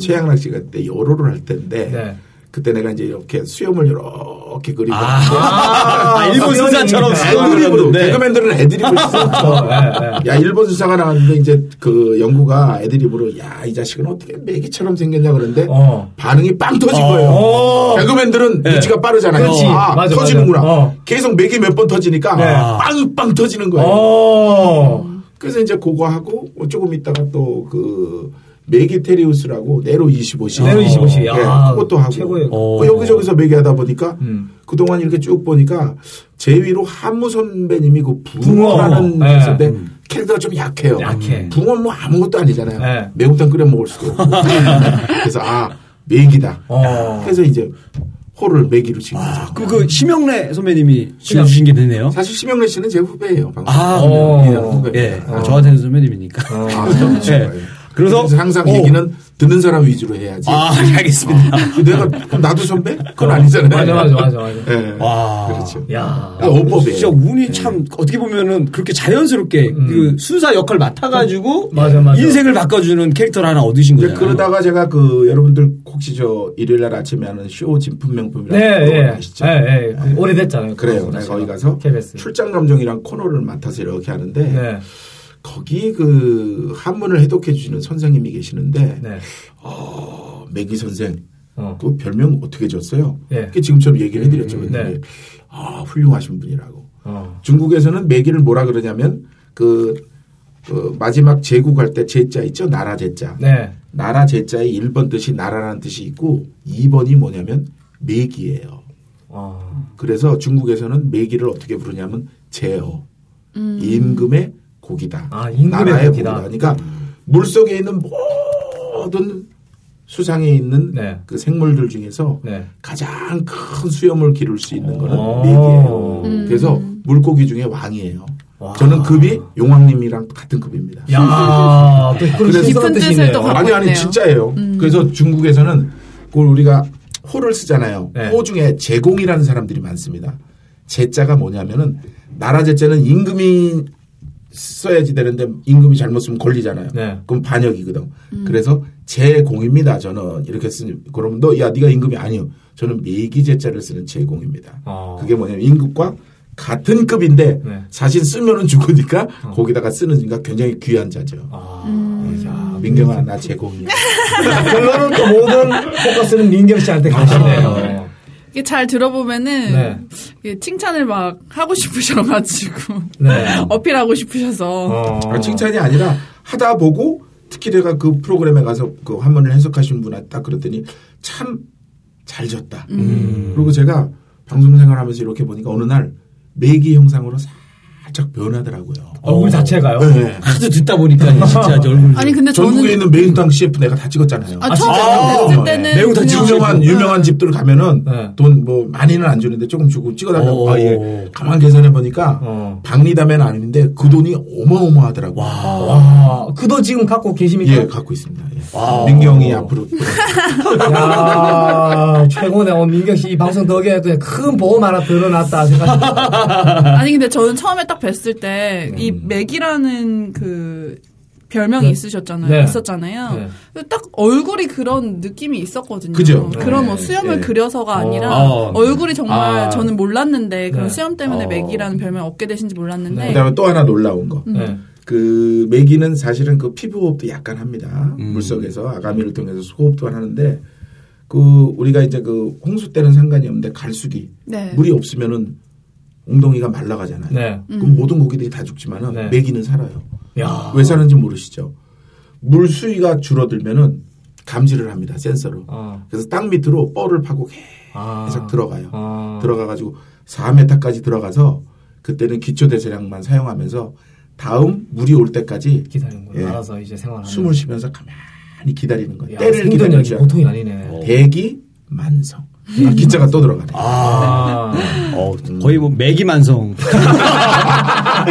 Speaker 6: 최양락 씨가 그때 여로를 할 때인데
Speaker 2: 아. 네.
Speaker 6: 그때 내가 이제 이렇게 수염을 이렇게 이렇게 그리고
Speaker 5: 아, 일본
Speaker 2: 서면이니까.
Speaker 5: 순사처럼
Speaker 6: 애드립으로
Speaker 5: 쓰는데. 네.
Speaker 6: 개그맨들은
Speaker 2: (laughs)
Speaker 6: 애드립을 쓰죠. 야 일본 수사가 나왔는데 이제 그 연구가 애드립으로 야 이 자식은 어떻게 메기처럼 생겼냐 그런데
Speaker 2: 어.
Speaker 6: 반응이 빵 터진
Speaker 2: 어.
Speaker 6: 거예요.
Speaker 2: 어.
Speaker 6: 개그맨들은
Speaker 5: 네.
Speaker 6: 위치가 빠르잖아요.
Speaker 2: 그렇지.
Speaker 6: 아,
Speaker 2: 맞아,
Speaker 6: 터지는구나.
Speaker 2: 맞아. 어.
Speaker 6: 계속 맥이 몇 번 터지니까
Speaker 2: 네.
Speaker 6: 빵빵 터지는 거예요.
Speaker 2: 어.
Speaker 6: 그래서 이제 그거 하고 뭐 조금 있다가 또 그 메기테리우스라고 네로 25시
Speaker 2: 네로 25시.
Speaker 6: 예,
Speaker 2: 야,
Speaker 6: 그것도 하고
Speaker 2: 최고예요.
Speaker 6: 뭐 여기저기서 메기하다 보니까
Speaker 2: 음.
Speaker 6: 그동안 이렇게 쭉 보니까 제 위로 한무 선배님이 그 붕어라는
Speaker 2: 붕어. 예.
Speaker 6: 캐릭터인데 캐릭터가 좀 약해요.
Speaker 2: 약해.
Speaker 6: 붕어 뭐 아무것도 아니잖아요.
Speaker 2: 예.
Speaker 6: 매운탕 끓여 먹을 수도 없고. 그래서 아 메기다.
Speaker 2: 어.
Speaker 6: 그래서 이제 호를 메기로 지은 거죠.
Speaker 5: 아, 그럼 그 심영래 선배님이 지어주신 게 되네요.
Speaker 6: 사실 심영래 씨는 제 후배예요. 방금.
Speaker 5: 아,
Speaker 2: 어.
Speaker 6: 예, 후배입니다.
Speaker 5: 예. 아, 저한테는 선배님이니까. (laughs)
Speaker 6: 아, 그렇죠.
Speaker 5: 예.
Speaker 6: 예.
Speaker 5: 그래서,
Speaker 6: 그래서 항상
Speaker 2: 어.
Speaker 5: 오.
Speaker 6: 얘기는 듣는 사람 위주로 해야지.
Speaker 5: 아, 네, 알겠습니다.
Speaker 6: 그 내가 그럼 나도 선배? 그건 아니잖아요.
Speaker 2: 어. 맞아, 맞아, 맞아, 맞아.
Speaker 6: 예.
Speaker 5: 와.
Speaker 6: 그렇죠.
Speaker 2: 야.
Speaker 6: 그러니까
Speaker 5: 진짜
Speaker 6: 어법이에요.
Speaker 5: 운이 참 어떻게 보면은 그렇게 자연스럽게 그 순사 역할 맡아가지고
Speaker 2: 맞아, 맞아.
Speaker 5: 인생을 바꿔주는 캐릭터를 하나 얻으신
Speaker 6: 이제
Speaker 5: 거예요.
Speaker 6: 그러다가 제가 그 여러분들 혹시 저 일요일 날 아침에 하는 쇼 진품 명품이라는
Speaker 2: 네,
Speaker 6: 프로그램
Speaker 2: 예.
Speaker 6: 아시죠? 네.
Speaker 2: 예, 예. 그 오래됐잖아요.
Speaker 6: 그래요.
Speaker 2: 그거
Speaker 6: 내가
Speaker 2: 자체가.
Speaker 6: 거기 가서
Speaker 2: KBS.
Speaker 6: 출장 감정이랑 코너를 맡아서 이렇게 하는데
Speaker 2: 네.
Speaker 6: 거기 그 한문을 해독해 주시는 선생님이 계시는데
Speaker 2: 네.
Speaker 6: 어, 매기 선생
Speaker 2: 어.
Speaker 6: 그 별명 어떻게 줬어요?
Speaker 2: 예.
Speaker 6: 그게 지금처럼 얘기를 해드렸죠. 근데
Speaker 2: 네.
Speaker 6: 아 훌륭하신 분이라고.
Speaker 2: 어.
Speaker 6: 중국에서는 매기를 뭐라 그러냐면 그, 그 마지막 제국할 때 제자 있죠 나라 제자
Speaker 2: 네.
Speaker 6: 나라 제자의 1번 뜻이 나라라는 뜻이 있고 2번이 뭐냐면 매기예요
Speaker 2: 어.
Speaker 6: 그래서 중국에서는 매기를 어떻게 부르냐면 제어 임금의 고기다
Speaker 2: 아, 임금의
Speaker 6: 나라의
Speaker 2: 고기다.
Speaker 6: 그러니까 물속에 있는 모든 수상에 있는
Speaker 2: 네.
Speaker 6: 그 생물들 중에서
Speaker 2: 네.
Speaker 6: 가장 큰 수염을 기를 수 있는 거는
Speaker 2: 오.
Speaker 6: 메기예요.
Speaker 2: 음.
Speaker 6: 그래서 물고기 중에 왕이에요.
Speaker 2: 와.
Speaker 6: 저는 급이 용왕님이랑 같은 급입니다.
Speaker 2: 야, 또 그런 신선한
Speaker 6: 그래서-
Speaker 4: 네. 깊은 뜻을
Speaker 2: 뜻이네요.
Speaker 4: 또 갖고-
Speaker 6: 아니 아니
Speaker 4: 있네요. 음.
Speaker 6: 진짜예요. 그래서 중국에서는 그걸 우리가 호를 쓰잖아요.
Speaker 2: 네.
Speaker 6: 호 중에 제공이라는 사람들이 많습니다. 제자가 뭐냐면은 나라 제자는 임금이 써야지 되는데 임금이 잘못 쓰면 걸리잖아요.
Speaker 2: 네.
Speaker 6: 그럼 반역이거든.
Speaker 4: 음.
Speaker 6: 그래서 제공입니다. 저는 이렇게 쓰니 그러면 너 야 네가 임금이 아니요. 저는 매기 제자를 쓰는 제공입니다.
Speaker 2: 어.
Speaker 6: 그게 뭐냐면 임금과 같은 급인데
Speaker 2: 네. 어.
Speaker 6: 자신 쓰면은 죽으니까 거기다가 쓰는 그러니까 굉장히 귀한 자죠.
Speaker 2: 아.
Speaker 4: 음.
Speaker 6: 야, 음. 민경아 나 제공이야.
Speaker 2: 결론은 아,
Speaker 4: (laughs)
Speaker 2: 또 모든 포커스는 민경 씨한테 가시네요.
Speaker 4: 이게 잘 들어보면은
Speaker 2: 네.
Speaker 4: 이게 칭찬을 막 하고 싶으셔가지고
Speaker 2: 네.
Speaker 4: (laughs) 어필하고 싶으셔서
Speaker 2: 어.
Speaker 6: 아, 칭찬이 아니라 하다 보고 특히 내가 그 프로그램에 가서 그 한문을 해석하신 분한테 딱 그랬더니 참 잘 졌다. 그리고 제가 방송 생활하면서 이렇게 보니까 어느 날 매기 형상으로 살짝 변하더라고요.
Speaker 2: 아, 얼굴 자체가요?
Speaker 6: 네.
Speaker 5: 하도 아, 듣다 보니까 (laughs) 진짜 이제 얼굴.
Speaker 4: 아니 근데
Speaker 6: 전국에
Speaker 4: 저는
Speaker 6: 있는 매운탕 CF 내가 다 찍었잖아요.
Speaker 4: 아, 처음 봤을 때는
Speaker 5: 매운탕
Speaker 4: 그냥-
Speaker 6: 유명한 유명한 집들 가면은
Speaker 2: 네.
Speaker 6: 돈 뭐 많이는 안 주는데 조금 주고 찍어달라고
Speaker 5: 오.
Speaker 6: 아, 예. 가만 계산해 보니까
Speaker 2: 어.
Speaker 6: 박리담엔 아닌데 그 돈이 어마어마하더라고. 요
Speaker 2: 와, 그도 지금 갖고 계십니까?
Speaker 6: 예, 갖고 있습니다. 예. 민경이 앞으로
Speaker 2: 야, 최고네. 오늘 민경 씨 이 방송 덕에 그냥 큰 보험 하나 드러났다 생각합니다.
Speaker 4: 아니 근데 저는 처음에 딱 뵀을 때 이
Speaker 6: 음.
Speaker 4: 맥이라는 그 별명이
Speaker 2: 네.
Speaker 4: 있으셨잖아요.
Speaker 2: 네.
Speaker 4: 있었잖아요. 딱 얼굴이 그런 느낌이 있었거든요.
Speaker 6: 그죠?
Speaker 4: 그런 뭐
Speaker 6: 네.
Speaker 4: 수염을
Speaker 6: 네.
Speaker 4: 그려서가 아니라
Speaker 5: 어.
Speaker 4: 얼굴이 정말
Speaker 5: 아.
Speaker 4: 저는 몰랐는데 그런
Speaker 2: 네.
Speaker 4: 수염 때문에
Speaker 5: 어.
Speaker 4: 맥이라는 별명 얻게 되신지 몰랐는데
Speaker 6: 그다음에 또 하나 놀라운 거.
Speaker 2: 네.
Speaker 4: 음.
Speaker 6: 그 메기는 사실은 그 피부 호흡도 약간 합니다. 물속에서 아가미를 통해서 호흡도 하는데 그 우리가 이제 그 홍수 때는 상관이 없는데 갈수기
Speaker 4: 네.
Speaker 6: 물이 없으면은 웅덩이가 말라가잖아요.
Speaker 2: 네.
Speaker 6: 그럼 모든 고기들이 다 죽지만은
Speaker 2: 네.
Speaker 6: 메기는 살아요.
Speaker 2: 야.
Speaker 6: 왜 사는지 모르시죠? 물 수위가 줄어들면은 감지를 합니다 센서로.
Speaker 2: 아.
Speaker 6: 그래서 땅 밑으로 뻘을 파고 계속
Speaker 2: 아.
Speaker 6: 들어가요.
Speaker 2: 아.
Speaker 6: 들어가가지고 4m까지 들어가서 그때는 기초 대사량만 사용하면서 다음 물이 올 때까지
Speaker 2: 기다리는구나.
Speaker 6: 예.
Speaker 2: 알아서 이제 생활하는.
Speaker 6: 숨을 쉬면서 가만히 기다리는 거예요.
Speaker 2: 야,
Speaker 6: 때를 기다리는
Speaker 2: 생존력이
Speaker 6: 거죠.
Speaker 2: 보통이 아니네.
Speaker 6: 대기 만성. 아, 기자가 또 들어가네.
Speaker 2: 아.
Speaker 5: 어, 거의 뭐 매기만성.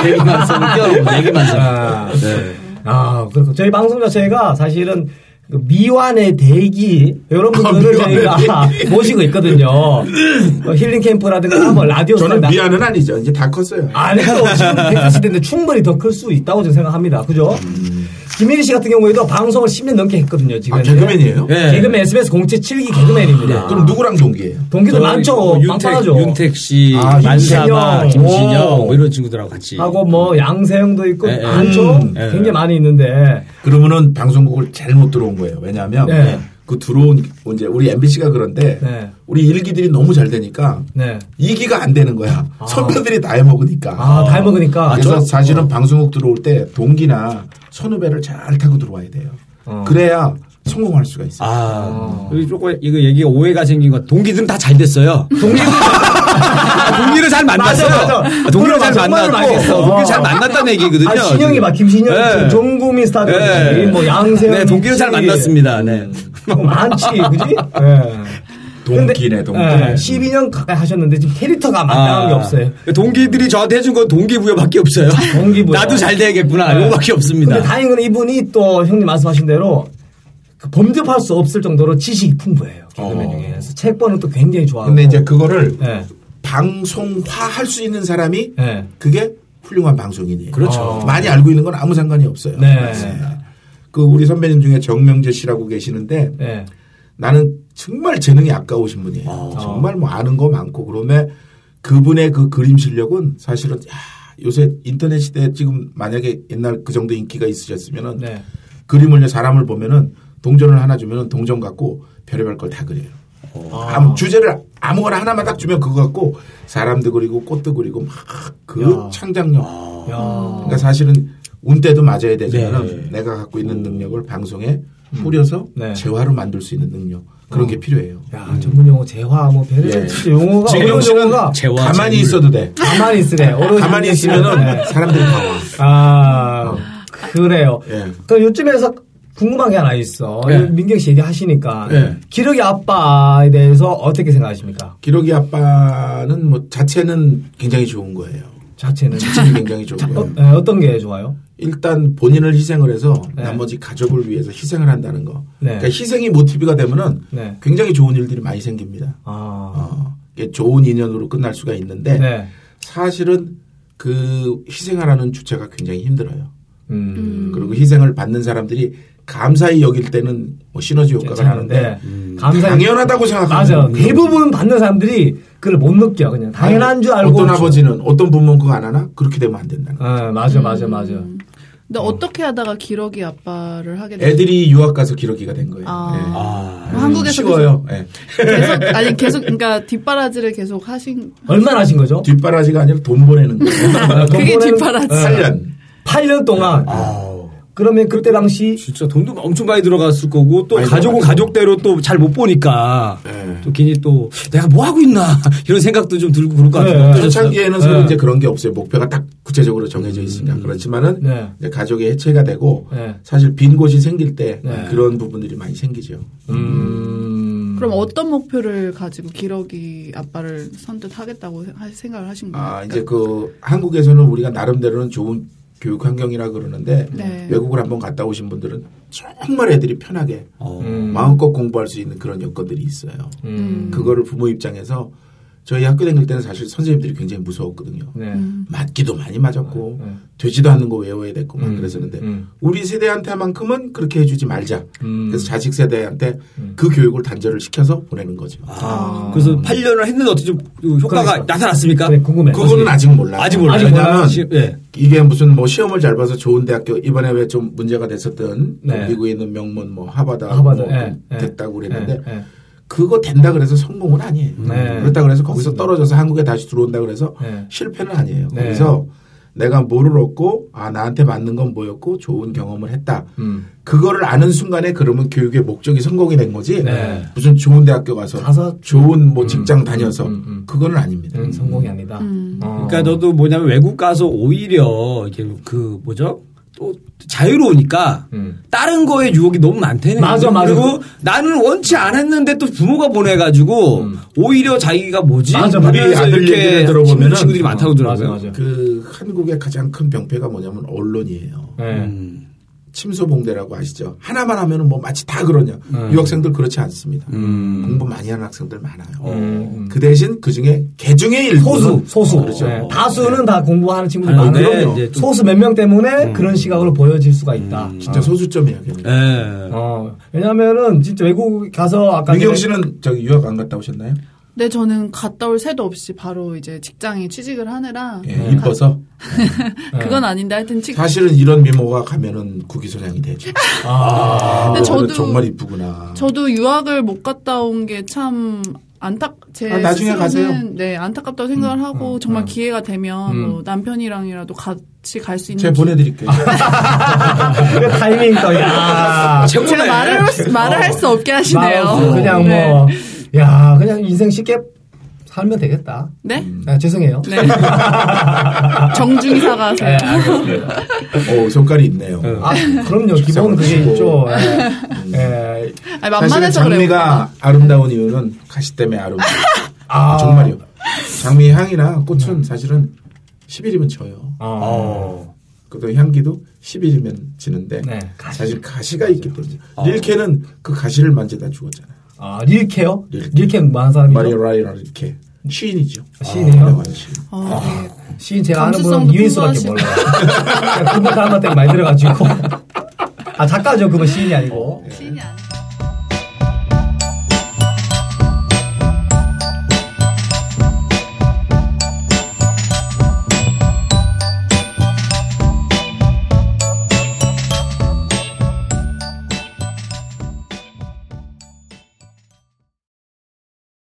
Speaker 5: 매기만성 껴 매기만성.
Speaker 2: 아.
Speaker 5: 네.
Speaker 2: 아, 그렇고 저희 방송 자체가 사실은 그 미완의 대기 이런
Speaker 6: 아,
Speaker 2: 분들을 저희가 (laughs) 모시고 있거든요. 어, 힐링 캠프라든가 뭐 라디오
Speaker 6: 음, 저는
Speaker 2: 스타일
Speaker 6: 미안은 아니죠. 이제 다 컸어요.
Speaker 2: 안에도 지금 백세 시대인데 충분히 더 클 수 있다고 저는 생각합니다. 그죠? 김혜리 씨 같은 경우에도 방송을 10년 넘게 했거든요. 지금
Speaker 6: 음. 아, 개그맨이에요?
Speaker 5: 예.
Speaker 2: 개그맨 SBS 공채 7기 개그맨입니다.
Speaker 6: 그럼 누구랑 뭐 동기예요?
Speaker 2: 동기들 많죠.
Speaker 5: 윤택,
Speaker 2: 빵빵하죠.
Speaker 5: 윤택 씨,
Speaker 6: 아,
Speaker 5: 만사마,
Speaker 2: 윤신영.
Speaker 5: 김신영
Speaker 2: 오.
Speaker 5: 뭐 이런 친구들하고 같이.
Speaker 2: 하고 뭐 양세형도 있고
Speaker 6: 네,
Speaker 5: 예, 예.
Speaker 2: 많죠.
Speaker 5: 음, 예, 예.
Speaker 2: 굉장히 많이 있는데
Speaker 6: 그러면은 방송국을 잘못 들어온 거예요. 왜냐하면
Speaker 2: 네.
Speaker 6: 그 들어온 이제 우리 MBC가 그런데
Speaker 2: 네.
Speaker 6: 우리 일기들이 너무 잘 되니까
Speaker 2: 네.
Speaker 6: 이기가안 되는 거야. 선배들이 다 해먹으니까.
Speaker 2: 아, 다 해먹으니까.
Speaker 6: 그래서
Speaker 2: 아, 저-
Speaker 6: 사실은 방송국 들어올 때 동기나 선후배를 잘 타고 들어와야 돼요. 그래야 성공할 수가 있어요.
Speaker 5: 아, 여기 조금 이거 얘기 오해가 생긴 건 동기들은 다 잘 됐어요. 동기들 동기를 잘 만났어요.
Speaker 2: 맞아, 맞아.
Speaker 5: 아, 동기를
Speaker 2: 그래,
Speaker 5: 잘
Speaker 2: 맞아. 정말로
Speaker 5: 만났고
Speaker 2: 알겠어.
Speaker 5: 동기를 잘 만났다는 얘기거든요.
Speaker 2: 아,
Speaker 6: 그렇죠,
Speaker 2: 신영이 막 김신영,
Speaker 5: 네.
Speaker 2: 정구민 스타들,
Speaker 5: 예.
Speaker 2: 뭐 양세형,
Speaker 5: 네, 동기를 잘
Speaker 2: 신영이. 뭐
Speaker 5: 만났습니다. 네.
Speaker 6: (laughs)
Speaker 2: 많지, 그지? 네.
Speaker 6: 동기네, 동기.
Speaker 2: 12년 가까이 하셨는데 지금
Speaker 6: 아,
Speaker 2: 캐릭터가 마땅한 게 없어요.
Speaker 5: 아. 동기들이 저한테 해준 건 동기부여밖에 없어요.
Speaker 2: 동기부여.
Speaker 5: 나도 잘 돼야겠구나.
Speaker 2: 네.
Speaker 5: 이거밖에 없습니다.
Speaker 2: 근데 다행인 건 이분이 또 형님 말씀하신 대로 그 범접할 수 없을 정도로 지식이 풍부해요. 개그맨
Speaker 6: 어.
Speaker 2: 중에서 책번은 또 굉장히 좋아하고.
Speaker 6: 근데 이제 그거를
Speaker 2: 예.
Speaker 6: 방송화 할 수 있는 사람이
Speaker 2: 네.
Speaker 6: 그게 훌륭한 방송인이에요.
Speaker 5: 그렇죠.
Speaker 6: 어. 많이 알고 있는 건 아무 상관이 없어요.
Speaker 2: 네.
Speaker 6: 맞습니다. 그 우리 선배님 중에 정명재 씨라고 계시는데
Speaker 2: 예.
Speaker 6: 나는 정말 재능이 아까우신 분이에요. 정말 뭐 아는 거 많고 그런데 그분의 그 그림 실력은 사실은 야, 요새 인터넷 시대에 지금 만약에 옛날 그 정도 인기가 있으셨으면은
Speaker 2: 네.
Speaker 6: 그림을 사람을 보면은 동전을 하나 주면은 동전 갖고 별의별 걸 다 그려요. 아무 주제를 아무거나 하나만 딱 주면 그거 갖고 사람도 그리고 꽃도 그리고 막 그 창작력.
Speaker 2: 야.
Speaker 6: 그러니까 사실은 운 때도 맞아야 되지만 은 내가 갖고 있는 능력을 방송에 뿌려서
Speaker 2: 네.
Speaker 6: 재화로 만들 수 있는 능력 그런 게 필요해요.
Speaker 2: 야, 전문 용어 재화 뭐 별의별 진짜 용어가
Speaker 6: 예. 지금
Speaker 2: 어려운
Speaker 6: 씨는
Speaker 2: 용어가
Speaker 5: 재화,
Speaker 6: 가만히
Speaker 5: 재물.
Speaker 6: 있어도 돼.
Speaker 2: 가만히 있으네. 어려운
Speaker 6: 가만히
Speaker 2: 용어가
Speaker 6: 있으면은
Speaker 2: 있네.
Speaker 6: 사람들이 다 와.
Speaker 2: 아, 그래요.
Speaker 6: 어. 예.
Speaker 2: 그럼 요즘에서 궁금한 게 하나 있어.
Speaker 5: 예.
Speaker 2: 민경 씨 얘기하시니까.
Speaker 6: 예.
Speaker 2: 기러기 아빠에 대해서 어떻게 생각하십니까?
Speaker 6: 기러기 아빠는 뭐 자체는 굉장히 좋은 거예요.
Speaker 2: 자체는.
Speaker 6: 자체는 굉장히 좋은
Speaker 2: 어,
Speaker 6: 거예요.
Speaker 2: 예, 어떤 게 좋아요?
Speaker 6: 일단 본인을 희생을 해서
Speaker 2: 네.
Speaker 6: 나머지 가족을 위해서 희생을 한다는 거.
Speaker 2: 네.
Speaker 6: 그러니까 희생이 모티브가 되면은
Speaker 2: 네.
Speaker 6: 굉장히 좋은 일들이 많이 생깁니다.
Speaker 2: 아,
Speaker 6: 어, 이게 좋은 인연으로 끝날 수가 있는데
Speaker 2: 네.
Speaker 6: 사실은 그 희생하라는 주체가 굉장히 힘들어요.
Speaker 2: 음.
Speaker 6: 그리고 희생을 받는 사람들이 감사히 여길 때는 뭐 시너지 효과가 나는데
Speaker 2: 괜찮은데 그렇죠. 네. 감사
Speaker 6: 네. 음. 당연하다고
Speaker 2: 맞아
Speaker 6: 생각하는 거예요.
Speaker 2: 대부분 받는 사람들이 그걸 못 느껴 그냥 당연한 줄 알고
Speaker 6: 어떤 아버지는 어떤 부모는 그거 안 하나 그렇게 되면 안 된다는 거예요.
Speaker 2: 아, 맞아 맞아 맞아
Speaker 4: 근데 어떻게 하다가 기러기 아빠를 하게 됐어요?
Speaker 6: 애들이 유학 가서 기러기가 된 거예요.
Speaker 4: 그렇죠. 아.
Speaker 5: 아,
Speaker 6: 예.
Speaker 4: 뭐 한국에서
Speaker 6: 쉬워요. 예.
Speaker 4: 계속 아니 계속 그러니까 뒷바라지를 계속 하신
Speaker 2: 얼마나 하신 거죠?
Speaker 6: 뒷바라지가 아니라 돈 보내는 거예요. 네.
Speaker 4: 그게
Speaker 2: 돈보내는-
Speaker 4: 뒷바라지.
Speaker 2: 예.
Speaker 6: 8년. 네.
Speaker 2: 8년 동안 그러면 그때 당시
Speaker 5: 진짜 돈도 엄청 많이 들어갔을 거고 또
Speaker 6: 많이
Speaker 5: 가족은
Speaker 6: 들어갔죠.
Speaker 5: 가족대로 또 잘 못 보니까
Speaker 6: 네.
Speaker 5: 또 괜히 또 내가 뭐 하고 있나 (laughs) 이런 생각도 좀 들고 그럴 것
Speaker 2: 네.
Speaker 5: 같아요.
Speaker 6: 초창기에는 서로
Speaker 2: 네.
Speaker 6: 이제 그런 게 없어요. 목표가 딱 구체적으로 정해져 있으니까. 그렇지만은
Speaker 2: 네.
Speaker 6: 이제 가족의 해체가 되고
Speaker 2: 네.
Speaker 6: 사실 빈 곳이 생길 때
Speaker 2: 네.
Speaker 6: 그런 부분들이 많이 생기죠.
Speaker 2: 음
Speaker 4: 그럼 어떤 목표를 가지고 기러기 아빠를 선뜻하겠다고 하- 생각을 하신 거예요?
Speaker 6: 아, 이제 그 한국에서는 우리가 나름대로는 좋은 교육 환경이라 그러는데
Speaker 4: 네.
Speaker 6: 외국을 한번 갔다 오신 분들은 정말 애들이 편하게
Speaker 5: 어.
Speaker 2: 음.
Speaker 6: 마음껏 공부할 수 있는 그런 여건들이 있어요.
Speaker 2: 음.
Speaker 6: 그거를 부모 입장에서 저희 학교 다닐 때는 사실 선생님들이 굉장히 무서웠거든요.
Speaker 2: 네.
Speaker 6: 맞기도 많이 맞았고
Speaker 2: 네.
Speaker 6: 되지도 않는 거 외워야 됐고만
Speaker 2: 음,
Speaker 6: 그랬었는데
Speaker 2: 음.
Speaker 6: 우리 세대한테만큼은 그렇게 해주지 말자.
Speaker 2: 음.
Speaker 6: 그래서 자식 세대한테 그 교육을 단절을 시켜서 보내는 거죠.
Speaker 5: 아, 그래서 8년을 했는데 어떻게 좀 효과가
Speaker 2: 그러니까.
Speaker 5: 나타났습니까?
Speaker 2: 네, 궁금해.
Speaker 6: 그거는 아직 몰라요.
Speaker 5: 아직 몰라요.
Speaker 2: 아직 네. 몰라요.
Speaker 6: 왜냐면
Speaker 5: 지금, 예.
Speaker 6: 이게 무슨 뭐 시험을 잘 봐서 좋은 대학교 이번에 왜 좀 문제가 됐었던
Speaker 2: 네.
Speaker 6: 미국에 있는 명문 뭐 하버드,
Speaker 2: 하버드,
Speaker 6: 뭐
Speaker 2: 예, 예.
Speaker 6: 됐다고 그랬는데
Speaker 2: 예, 예.
Speaker 6: 그거 된다 그래서 성공은 아니에요.
Speaker 2: 네.
Speaker 6: 그렇다 그래서 거기서 떨어져서 한국에 다시 들어온다 그래서
Speaker 2: 네.
Speaker 6: 실패는 아니에요.
Speaker 2: 네.
Speaker 6: 거기서 내가 뭐를 얻고 아 나한테 맞는 건 뭐였고 좋은 경험을 했다.
Speaker 2: 음.
Speaker 6: 그거를 아는 순간에 그러면 교육의 목적이 성공이 된 거지
Speaker 2: 네.
Speaker 6: 무슨 좋은 대학교 가서
Speaker 2: 가서
Speaker 6: 좋은 뭐 직장 다녀서
Speaker 2: 음, 음.
Speaker 6: 그거는 아닙니다.
Speaker 2: 음, 성공이 아니다 어.
Speaker 5: 그러니까 너도 뭐냐면 외국 가서 오히려 이렇게 그 뭐죠? 또 자유로우니까
Speaker 2: 음.
Speaker 5: 다른 거에 유혹이 너무 많다는
Speaker 2: 맞아,
Speaker 5: 거죠.
Speaker 2: 맞아.
Speaker 5: 그리고 나는 원치 않았는데 또 부모가 보내가지고 오히려 자기가 뭐지?
Speaker 2: 맞아, 맞아.
Speaker 5: 하면서
Speaker 6: 음. 우리 아들
Speaker 5: 이렇게
Speaker 6: 얘기를 들어보면은
Speaker 5: 힘든 친구들이 많다고
Speaker 2: 맞아,
Speaker 5: 하더라고요.
Speaker 2: 맞아.
Speaker 6: 그 한국의 가장 큰 병폐가 뭐냐면 언론이에요.
Speaker 2: 예.
Speaker 5: 음.
Speaker 6: 침수봉대라고 아시죠? 하나만 하면은 뭐 마치 다 그러냐.
Speaker 2: 음.
Speaker 6: 유학생들 그렇지 않습니다. 공부 많이 하는 학생들 많아요. 그 대신 그 중에 개중의 일부
Speaker 2: 음, 소수, 소수.
Speaker 6: 그렇죠.
Speaker 2: 네. 다수는 다 공부하는 친구들
Speaker 5: 아,
Speaker 2: 많은데
Speaker 5: 그럼요. 이제 좀-
Speaker 2: 소수 몇 명 때문에 그런 시각으로 보여질 수가 있다.
Speaker 6: 음. 진짜 네. 소수점이야.
Speaker 2: 네.
Speaker 5: 예.
Speaker 2: 어, 왜냐면은 진짜 외국 가서 아까
Speaker 6: 민경 씨는 저기 유학 안 갔다 오셨나요?
Speaker 4: 네, 저는 갔다 올 새도 없이 바로 이제 직장에 취직을 하느라
Speaker 6: 예,
Speaker 2: 네.
Speaker 6: 이뻐서
Speaker 4: 아, 그건 아닌데 하여튼 취
Speaker 6: 사실은 이런 미모가 가면은 구기소장이 되죠. 아,
Speaker 4: 근데 저도-
Speaker 6: 정말 이쁘구나.
Speaker 4: 저도 유학을 못 갔다 온 게 참 안타 제
Speaker 6: 아, 나중에
Speaker 4: 스스로는,
Speaker 6: 가세요. 음.
Speaker 4: 네 안타깝다고 생각을 하고 정말 기회가 되면 뭐 남편이랑이라도 같이 갈 수 있는
Speaker 6: 제가
Speaker 4: 기-
Speaker 6: 보내드릴게요.
Speaker 4: 아,
Speaker 2: 그 타이밍 또 야.
Speaker 4: 제가 말을
Speaker 6: 어.
Speaker 4: 할- 말을 할 수 없게 하시네요.
Speaker 2: 마우스 그냥
Speaker 4: 네.
Speaker 2: 뭐, 야, 그냥 인생 쉽게 살면 되겠다.
Speaker 4: 네?
Speaker 6: 음.
Speaker 2: 아, 죄송해요.
Speaker 4: 네.
Speaker 2: (laughs)
Speaker 4: 정중히
Speaker 2: 네,
Speaker 4: 사과하세요.
Speaker 6: 오, 네. 어, 손깔이 있네요.
Speaker 2: 아, 그럼요. 기본 그게 있죠. 예. 예.
Speaker 4: 아니,
Speaker 6: 사실은
Speaker 4: 만만해서 그래요.
Speaker 6: 장미가 아름다운 이유는 가시 때문에 아름다워.
Speaker 2: 아.
Speaker 6: 정말요. 장미 향이나 꽃은 사실은 10일이면 져요.
Speaker 2: 어.
Speaker 6: 그도 향기도 10일이면 지는데
Speaker 2: 네, 가시.
Speaker 6: 사실 가시가 있기 때문에 릴케는 그 가시를 만지다 죽었잖아요.
Speaker 2: 아, 릴케요?
Speaker 6: 릴케.
Speaker 2: 릴케 많은 사람이죠.
Speaker 6: 마리아 라이라 릴케 시인이죠. 아,
Speaker 2: 시인이에요?
Speaker 6: 유명한 시인.
Speaker 4: 어, 네.
Speaker 2: 시인 제가 아는 분은
Speaker 4: 감수성도
Speaker 2: 이외수밖에
Speaker 4: 풍부하시고.
Speaker 2: 몰라요. 그러니까 그분 닮았다고 많이 들어가지고. 아, 작가죠. 그분 시인이 아니고.
Speaker 4: 시인이 아니에요.